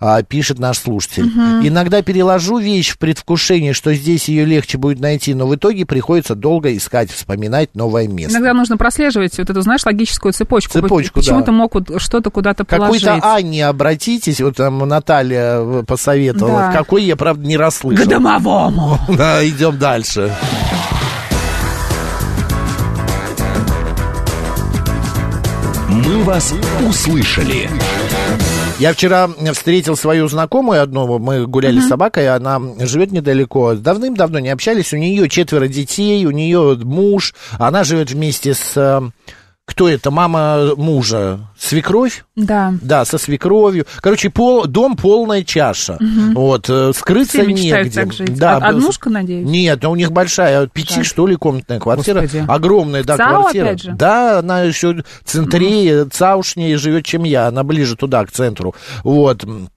[SPEAKER 1] а, пишет наш слушатель.
[SPEAKER 2] Мгм.
[SPEAKER 1] Иногда переложу вещь в предвкушении, что здесь ее легче будет найти, но в итоге приходится долго искать, вспоминать новое место.
[SPEAKER 2] Иногда нужно прослеживать вот эту, знаешь, логическую цепочку.
[SPEAKER 1] Цепочку, да.
[SPEAKER 2] Почему ты мог вот что-то куда-то положить?
[SPEAKER 1] Какой-то а- Анне обратитесь, вот там Наталья э, посоветовала,
[SPEAKER 2] Да.
[SPEAKER 1] какой я, правда, не расслышал.
[SPEAKER 2] К домовому.
[SPEAKER 1] Да, идем дальше.
[SPEAKER 3] Мы вас услышали.
[SPEAKER 1] Я вчера встретил свою знакомую одну, мы гуляли с собакой, а она живет недалеко, давным-давно не общались, у нее четверо детей, у нее муж, она живет вместе с... э, Кто это? Мама мужа. Свекровь?
[SPEAKER 2] Да.
[SPEAKER 1] Да, со свекровью. Короче, пол, дом полная чаша.
[SPEAKER 2] Мгм.
[SPEAKER 1] Вот, э, скрыться
[SPEAKER 2] Все мечтают
[SPEAKER 1] негде.
[SPEAKER 2] так жить.
[SPEAKER 1] Да,
[SPEAKER 2] Од- Однушка, надеюсь?
[SPEAKER 1] Нет, но у них большая, пяти,
[SPEAKER 2] Так.
[SPEAKER 1] что ли, комнатная квартира.
[SPEAKER 2] Господи.
[SPEAKER 1] Огромная, да,
[SPEAKER 2] ЦАО,
[SPEAKER 1] квартира.
[SPEAKER 2] опять же?
[SPEAKER 1] Да, она еще центрее, цаушнее живет, чем я. Она ближе туда, к центру. Вот. м,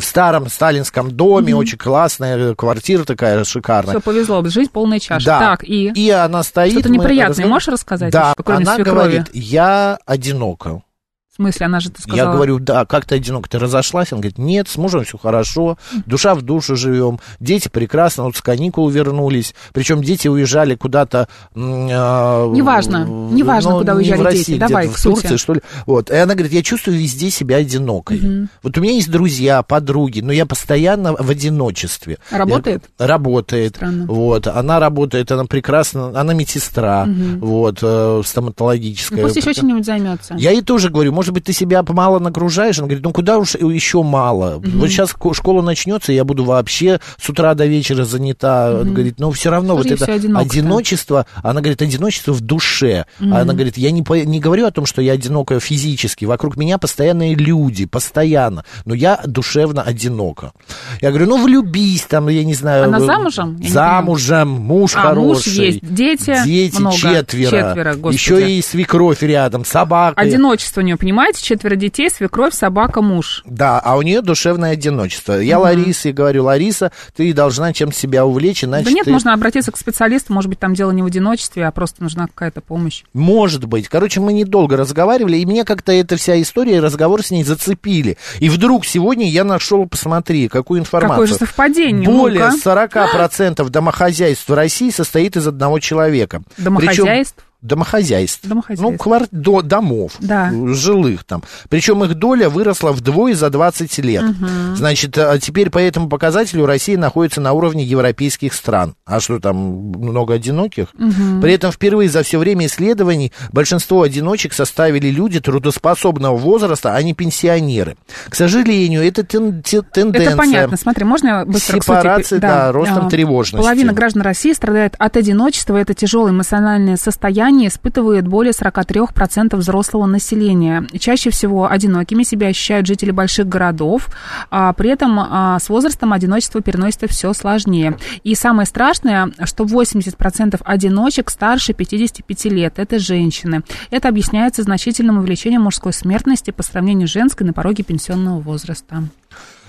[SPEAKER 1] В старом сталинском доме, очень классная э, квартира такая шикарная.
[SPEAKER 2] Все повезло, жизнь полная чаша.
[SPEAKER 1] Да.
[SPEAKER 2] Так, и...
[SPEAKER 1] она стоит...
[SPEAKER 2] Что-то
[SPEAKER 1] мы
[SPEAKER 2] неприятное
[SPEAKER 1] разговариваем.
[SPEAKER 2] можешь рассказать
[SPEAKER 1] Да,
[SPEAKER 2] еще, кроме
[SPEAKER 1] она
[SPEAKER 2] свекрови?
[SPEAKER 1] говорит, я одинока.
[SPEAKER 2] В смысле, она же ты сказала...
[SPEAKER 1] Я говорю, да, как ты одинок, ты разошлась? Он говорит, нет, с мужем все хорошо, душа в душу живем, дети прекрасно, вот с каникул вернулись, причем дети уезжали куда-то...
[SPEAKER 2] Неважно,
[SPEAKER 1] Неважно,
[SPEAKER 2] неважно, куда уезжали
[SPEAKER 1] в
[SPEAKER 2] дети,
[SPEAKER 1] России,
[SPEAKER 2] давай
[SPEAKER 1] где-то
[SPEAKER 2] к
[SPEAKER 1] в
[SPEAKER 2] сути.
[SPEAKER 1] Турции, что ли. Вот, и она говорит, я чувствую везде себя одинокой.
[SPEAKER 2] Мгм.
[SPEAKER 1] Вот у меня есть друзья, подруги, но я постоянно в одиночестве.
[SPEAKER 2] Работает? Ну,
[SPEAKER 1] Я- работает.
[SPEAKER 2] Странно.
[SPEAKER 1] Вот, она работает, она прекрасно, она медсестра,
[SPEAKER 2] Мгм.
[SPEAKER 1] вот, э,
[SPEAKER 2] Ну,
[SPEAKER 1] стоматологическая.
[SPEAKER 2] пусть еще
[SPEAKER 1] Причем-
[SPEAKER 2] чем-нибудь займется.
[SPEAKER 1] я ей тоже говорю, может быть, ты себя мало нагружаешь? Она говорит, ну куда уж еще мало?
[SPEAKER 2] Мгм.
[SPEAKER 1] Вот сейчас школа начнется, я буду вообще с утра до вечера занята.
[SPEAKER 2] Мгм.
[SPEAKER 1] Говорит, ну все равно
[SPEAKER 2] Тоже ей
[SPEAKER 1] вот это
[SPEAKER 2] всё одиноко-то.
[SPEAKER 1] одиночество, она говорит, одиночество в душе.
[SPEAKER 2] Мгм.
[SPEAKER 1] Она говорит, я не, по- не говорю о том, что я одинока физически, вокруг меня постоянные люди, постоянно, но я душевно одинока. Я говорю, ну влюбись там, я не знаю.
[SPEAKER 2] Она
[SPEAKER 1] э,
[SPEAKER 2] замужем? Я не
[SPEAKER 1] Замужем, муж
[SPEAKER 2] А,
[SPEAKER 1] хороший.
[SPEAKER 2] муж есть, дети
[SPEAKER 1] Дети
[SPEAKER 2] много,
[SPEAKER 1] четверо.
[SPEAKER 2] четверо, господи.
[SPEAKER 1] Еще и свекровь рядом, собака.
[SPEAKER 2] Одиночество у нее, понимаете? Четверо детей, свекровь, собака, муж.
[SPEAKER 1] Да, а у нее душевное одиночество. Я Ларисе говорю, Лариса, ты должна чем себя увлечь, иначе
[SPEAKER 2] да нет,
[SPEAKER 1] ты-
[SPEAKER 2] можно обратиться к специалисту, может быть, там дело не в одиночестве, а просто нужна какая-то помощь.
[SPEAKER 1] Может быть. Короче, мы недолго разговаривали, и меня как-то эта вся история и разговор с ней зацепили. И вдруг сегодня я нашел, посмотри, какую информацию.
[SPEAKER 2] Какое же совпадение,
[SPEAKER 1] Более
[SPEAKER 2] ну-ка.
[SPEAKER 1] 40% домохозяйств России состоит из одного человека. Причем-
[SPEAKER 2] Домохозяйств?
[SPEAKER 1] Домохозяйств.
[SPEAKER 2] Домохозяйств.
[SPEAKER 1] Ну, квар- до- домов.
[SPEAKER 2] Да.
[SPEAKER 1] э, Жилых там. Причем их доля выросла вдвое за 20 лет.
[SPEAKER 2] Мгм.
[SPEAKER 1] Значит, а теперь по этому показателю Россия находится на уровне европейских стран. А что там, много одиноких?
[SPEAKER 2] Мгм.
[SPEAKER 1] При этом впервые за все время исследований большинство одиночек составили люди трудоспособного возраста, а не пенсионеры. К сожалению, это тен- те- тенденция.
[SPEAKER 2] Это понятно. Смотри, можно я быстро к сути а,
[SPEAKER 1] Сепарации,
[SPEAKER 2] пе-
[SPEAKER 1] да, ростом тревожности.
[SPEAKER 2] Половина граждан России страдает от одиночества. Это тяжелое эмоциональное состояние, Британии испытывает более 43% взрослого населения. Чаще всего одинокими себя ощущают жители больших городов, а при этом а, с возрастом одиночество переносится все сложнее. И самое страшное, что 80% одиночек старше 55 лет. Это женщины. Это объясняется значительным увеличением мужской смертности по сравнению с женской на пороге пенсионного возраста.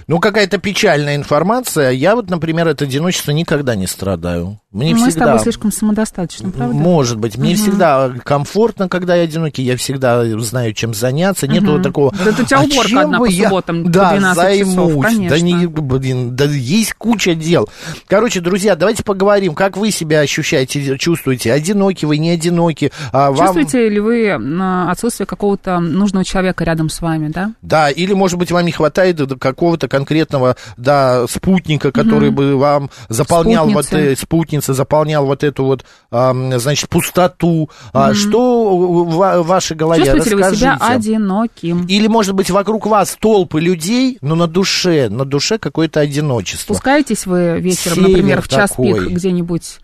[SPEAKER 1] Ну, какая-то печальная информация. Я вот, например, от одиночества никогда не страдаю. Мне
[SPEAKER 2] Мы с
[SPEAKER 1] всегда...
[SPEAKER 2] тобой слишком самодостаточны, правда?
[SPEAKER 1] Может быть. Мне
[SPEAKER 2] Мгм.
[SPEAKER 1] всегда комфортно, когда я одинокий. Я всегда знаю, чем заняться. Нет
[SPEAKER 2] Мгм.
[SPEAKER 1] вот такого...
[SPEAKER 2] Да это у тебя
[SPEAKER 1] «А
[SPEAKER 2] уборка
[SPEAKER 1] чем
[SPEAKER 2] одна
[SPEAKER 1] бы
[SPEAKER 2] по
[SPEAKER 1] я-
[SPEAKER 2] субботам по
[SPEAKER 1] да,
[SPEAKER 2] 12 часов,
[SPEAKER 1] займусь. Да,
[SPEAKER 2] конечно.
[SPEAKER 1] не, блин, да есть куча дел. Короче, друзья, давайте поговорим, как вы себя ощущаете, чувствуете. Одиноки вы, не одиноки. А вам...
[SPEAKER 2] Чувствуете ли вы м, отсутствие какого-то нужного человека рядом с вами, да?
[SPEAKER 1] Да, или, может быть, вам не хватает до- до какого-то конкретного да, спутника, который
[SPEAKER 2] Мгм.
[SPEAKER 1] бы вам заполнял
[SPEAKER 2] Спутницы.
[SPEAKER 1] вот э, спутница, заполнял вот эту вот, ам, значит, пустоту. А
[SPEAKER 2] Мгм.
[SPEAKER 1] что в в вашей голове?
[SPEAKER 2] Чувствуете ли вы себя
[SPEAKER 1] Расскажите.
[SPEAKER 2] одиноким?
[SPEAKER 1] Или, может быть, вокруг вас толпы людей, но на душе, на душе какое-то одиночество.
[SPEAKER 2] Спускаетесь вы вечером,
[SPEAKER 1] Север
[SPEAKER 2] например, в час
[SPEAKER 1] такой.
[SPEAKER 2] пик где-нибудь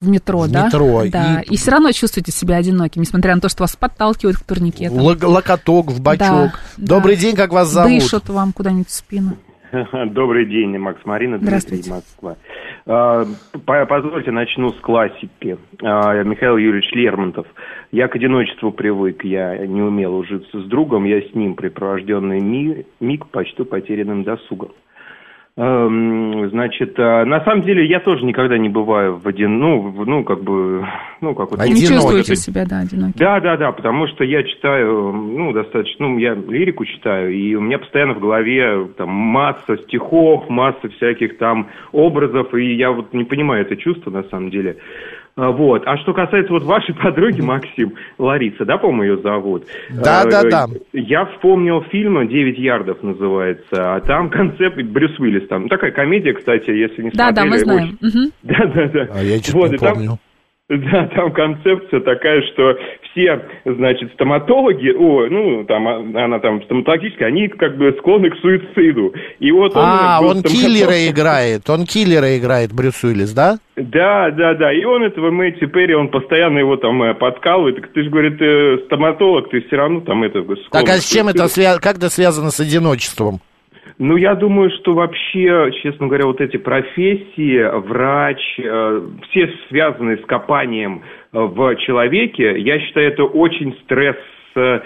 [SPEAKER 2] в метро,
[SPEAKER 1] В
[SPEAKER 2] да?
[SPEAKER 1] метро,
[SPEAKER 2] Да. И... все равно чувствуете себя одиноким, несмотря на то, что вас подталкивают к турникетам.
[SPEAKER 1] Лок- локоток в бачок.
[SPEAKER 2] Да,
[SPEAKER 1] Добрый
[SPEAKER 2] да.
[SPEAKER 1] день, как вас зовут?
[SPEAKER 2] Дышат вам куда-нибудь в спину.
[SPEAKER 4] Добрый день, Макс Марина, Дмитрий
[SPEAKER 2] Здравствуйте.
[SPEAKER 4] Москва. А, по- Позвольте начну с классики. А, Михаил Юрьевич Лермонтов. Я к одиночеству привык, я не умел ужиться с другом, я с ним препровожденный ми- миг почту потерянным досугом. Эм, Значит, а, на самом деле я тоже никогда не бываю в один, ну, в- ну как бы, ну как вот
[SPEAKER 2] Не чувствуете себя, да, одиноким.
[SPEAKER 4] да, да, да, потому что я читаю, ну, достаточно, ну, я лирику читаю, и у меня постоянно в голове там масса стихов, масса всяких там образов, и я вот не понимаю это чувство на самом деле. А, Вот. А что касается вот вашей подруги, Максим, Лариса, да, по-моему, ее зовут?
[SPEAKER 1] Да,
[SPEAKER 4] Э,
[SPEAKER 1] да, да.
[SPEAKER 4] Я вспомнил фильм «Девять ярдов» называется, а там концепт Брюс Уиллис, там Ну, такая комедия, кстати, если не
[SPEAKER 2] Да, да, мы
[SPEAKER 4] смотрели,
[SPEAKER 2] знаем. Мгм.
[SPEAKER 4] да, да, да.
[SPEAKER 1] А я чё-то
[SPEAKER 4] Вот,
[SPEAKER 1] не
[SPEAKER 4] и там-
[SPEAKER 1] помню.
[SPEAKER 4] Да, там концепция такая, что все, значит, стоматологи, о, ну, там, а- она там стоматологическая, они как бы склонны к суициду. И вот он...
[SPEAKER 1] А,
[SPEAKER 4] был
[SPEAKER 1] он
[SPEAKER 4] стоматолог.
[SPEAKER 1] киллера играет, он киллера играет, Брюс Уиллис, да?
[SPEAKER 4] Да, да, да. И он этого Мэтью Перри, он постоянно его там э, подкалывает. Так Ты же, говорит, э, стоматолог, ты все равно там это... склонен
[SPEAKER 1] Так а
[SPEAKER 4] к
[SPEAKER 1] с чем
[SPEAKER 4] суициду.
[SPEAKER 1] это связано, как это связано с одиночеством?
[SPEAKER 4] Ну, я думаю, что вообще, честно говоря, вот эти профессии, врач, э, все связанные с копанием э, в человеке, я считаю, это очень стресс э,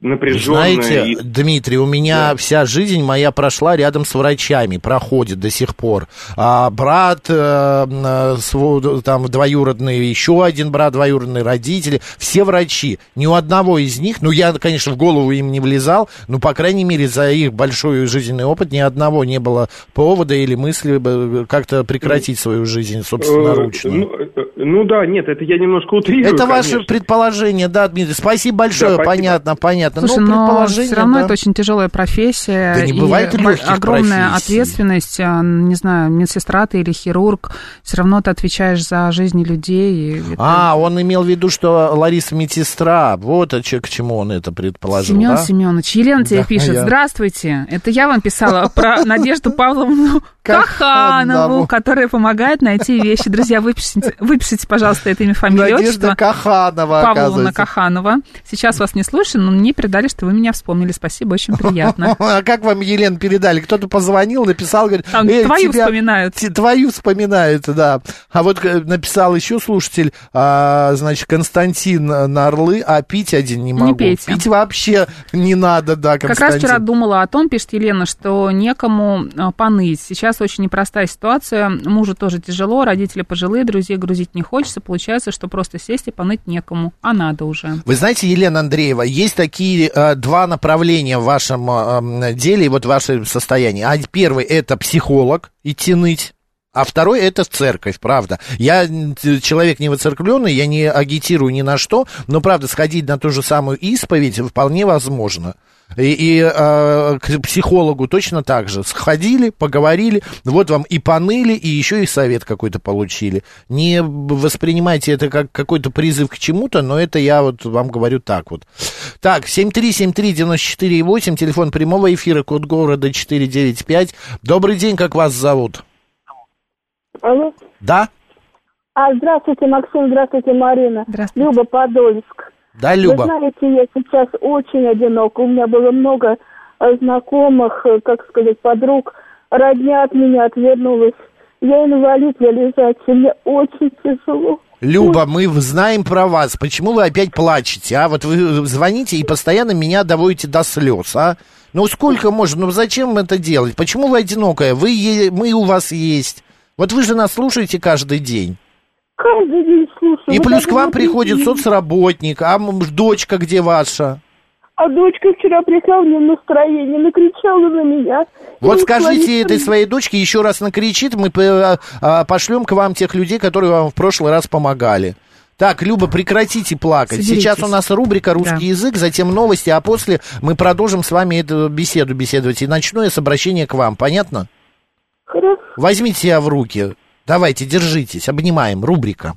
[SPEAKER 4] напряженное.
[SPEAKER 1] Знаете,
[SPEAKER 4] и-
[SPEAKER 1] Дмитрий, у меня вся жизнь моя прошла рядом с врачами, проходит до сих пор. А брат, э, э, сво- там двоюродный, еще один брат, двоюродные родители, все врачи. Ни у одного из них, ну я, конечно, в голову им не влезал, но, по крайней мере, за их большой жизненный опыт ни одного не было повода или мысли бы как-то прекратить свою жизнь
[SPEAKER 4] Э,
[SPEAKER 1] собственноручно.
[SPEAKER 4] ну, э, ну да, нет, это я немножко утрирую,
[SPEAKER 1] Это ваше
[SPEAKER 4] конечно.
[SPEAKER 1] предположение, да, Дмитрий? Спасибо большое,
[SPEAKER 4] спасибо.
[SPEAKER 1] понятно, понятно.
[SPEAKER 2] Слушай,
[SPEAKER 1] ну,
[SPEAKER 2] но
[SPEAKER 1] предположение,
[SPEAKER 2] все равно
[SPEAKER 1] да.
[SPEAKER 2] это очень тяжелая профессия.
[SPEAKER 1] Да не бывает
[SPEAKER 2] и
[SPEAKER 1] легких
[SPEAKER 2] огромная
[SPEAKER 1] профессий.
[SPEAKER 2] ответственность, а, не знаю, медсестра ты или хирург, все равно ты отвечаешь за жизни людей. и это-
[SPEAKER 1] А, он имел в виду, что Лариса медсестра. Вот а че- к чему он это предположил,
[SPEAKER 2] Семен
[SPEAKER 1] да?
[SPEAKER 2] Семенович, Елена тебе
[SPEAKER 1] Да, а
[SPEAKER 2] пишет,
[SPEAKER 1] я.
[SPEAKER 2] здравствуйте, это я вам писала про Надежду Павловну Каханову,
[SPEAKER 1] Каханову.
[SPEAKER 2] которая помогает найти вещи. Друзья, выпишите, выпишите, пожалуйста, это имя, фамилию,
[SPEAKER 1] Надежда
[SPEAKER 2] отчество.
[SPEAKER 1] Каханова,
[SPEAKER 2] Павловна
[SPEAKER 1] оказывается.
[SPEAKER 2] Каханова. Сейчас вас не слушаю, но мне передали, что вы меня вспомнили. Спасибо, очень приятно.
[SPEAKER 1] А как вам, Елена, передали? Кто-то позвонил, написал, говорит...
[SPEAKER 2] Там
[SPEAKER 1] «Э,
[SPEAKER 2] твою
[SPEAKER 1] тебя-
[SPEAKER 2] вспоминают.
[SPEAKER 1] те- Твою вспоминают, да. А вот э, написал еще слушатель, а, значит, Константин на Орлы, а пить один не могу.
[SPEAKER 2] пейте.
[SPEAKER 1] Пить вообще не надо, да,
[SPEAKER 2] Как
[SPEAKER 1] Константин.
[SPEAKER 2] раз вчера думала о том, пишет Елена, что некому а, поныть. Сейчас очень непростая ситуация. Мужу тоже тяжело, родители пожилые, друзей грузить не хочется. Получается, что просто сесть и поныть некому, а надо уже.
[SPEAKER 1] Вы знаете, Елена Андреева, есть такие э, два направления в вашем э, м, деле и вот в вашем состоянии. А первый – это психолог, идти ныть. А второй – это церковь, правда. Я м, т- человек не воцерквленный, я не агитирую ни на что, но, правда, сходить на ту же самую исповедь вполне возможно. И, и, э, к психологу точно так же. Сходили, поговорили, вот вам и поныли, и еще и совет какой-то получили. Не воспринимайте это как какой-то призыв к чему-то, но это я вот вам говорю так вот. Так, 7373948, телефон прямого эфира, код города 495. Добрый день, как вас зовут?
[SPEAKER 9] Алло,
[SPEAKER 1] Да?
[SPEAKER 8] А, здравствуйте, Максим, здравствуйте, Марина. Здравствуйте. Люба Подольск.
[SPEAKER 1] Да, Люба.
[SPEAKER 8] Вы знаете, я сейчас очень одинока. У меня было много э, знакомых, э, как сказать, подруг. Родня от меня отвернулась. Я инвалид, я лежачий, мне очень тяжело.
[SPEAKER 1] Люба, мы в- знаем про вас. Почему вы опять плачете, а? Вот вы звоните и постоянно меня доводите до слез, а? Ну сколько можно? Ну зачем это делать? Почему вы одинокая? Вы е- мы у вас есть. Вот вы же нас слушаете каждый день.
[SPEAKER 8] Каждый день слушаю.
[SPEAKER 1] И
[SPEAKER 8] Ну, Вы
[SPEAKER 1] плюс
[SPEAKER 8] даже
[SPEAKER 1] к вам
[SPEAKER 8] не
[SPEAKER 1] приходит
[SPEAKER 8] прикинете.
[SPEAKER 1] соцработник, а м- дочка где ваша?
[SPEAKER 8] А дочка вчера пришла мне в настроение, накричала на меня.
[SPEAKER 1] Вот
[SPEAKER 8] И
[SPEAKER 1] скажите
[SPEAKER 8] ушла.
[SPEAKER 1] этой своей дочке, еще раз накричит, мы п- а, пошлем к вам тех людей, которые вам в прошлый раз помогали. Так, Люба, прекратите плакать.
[SPEAKER 2] Соберитесь.
[SPEAKER 1] Сейчас у нас рубрика «Русский язык», затем новости, а после мы продолжим с вами эту беседу беседовать. И начну я с обращения к вам, понятно?
[SPEAKER 8] Хорошо.
[SPEAKER 1] Возьмите себя в руки. Давайте, держитесь, обнимаем. Рубрика.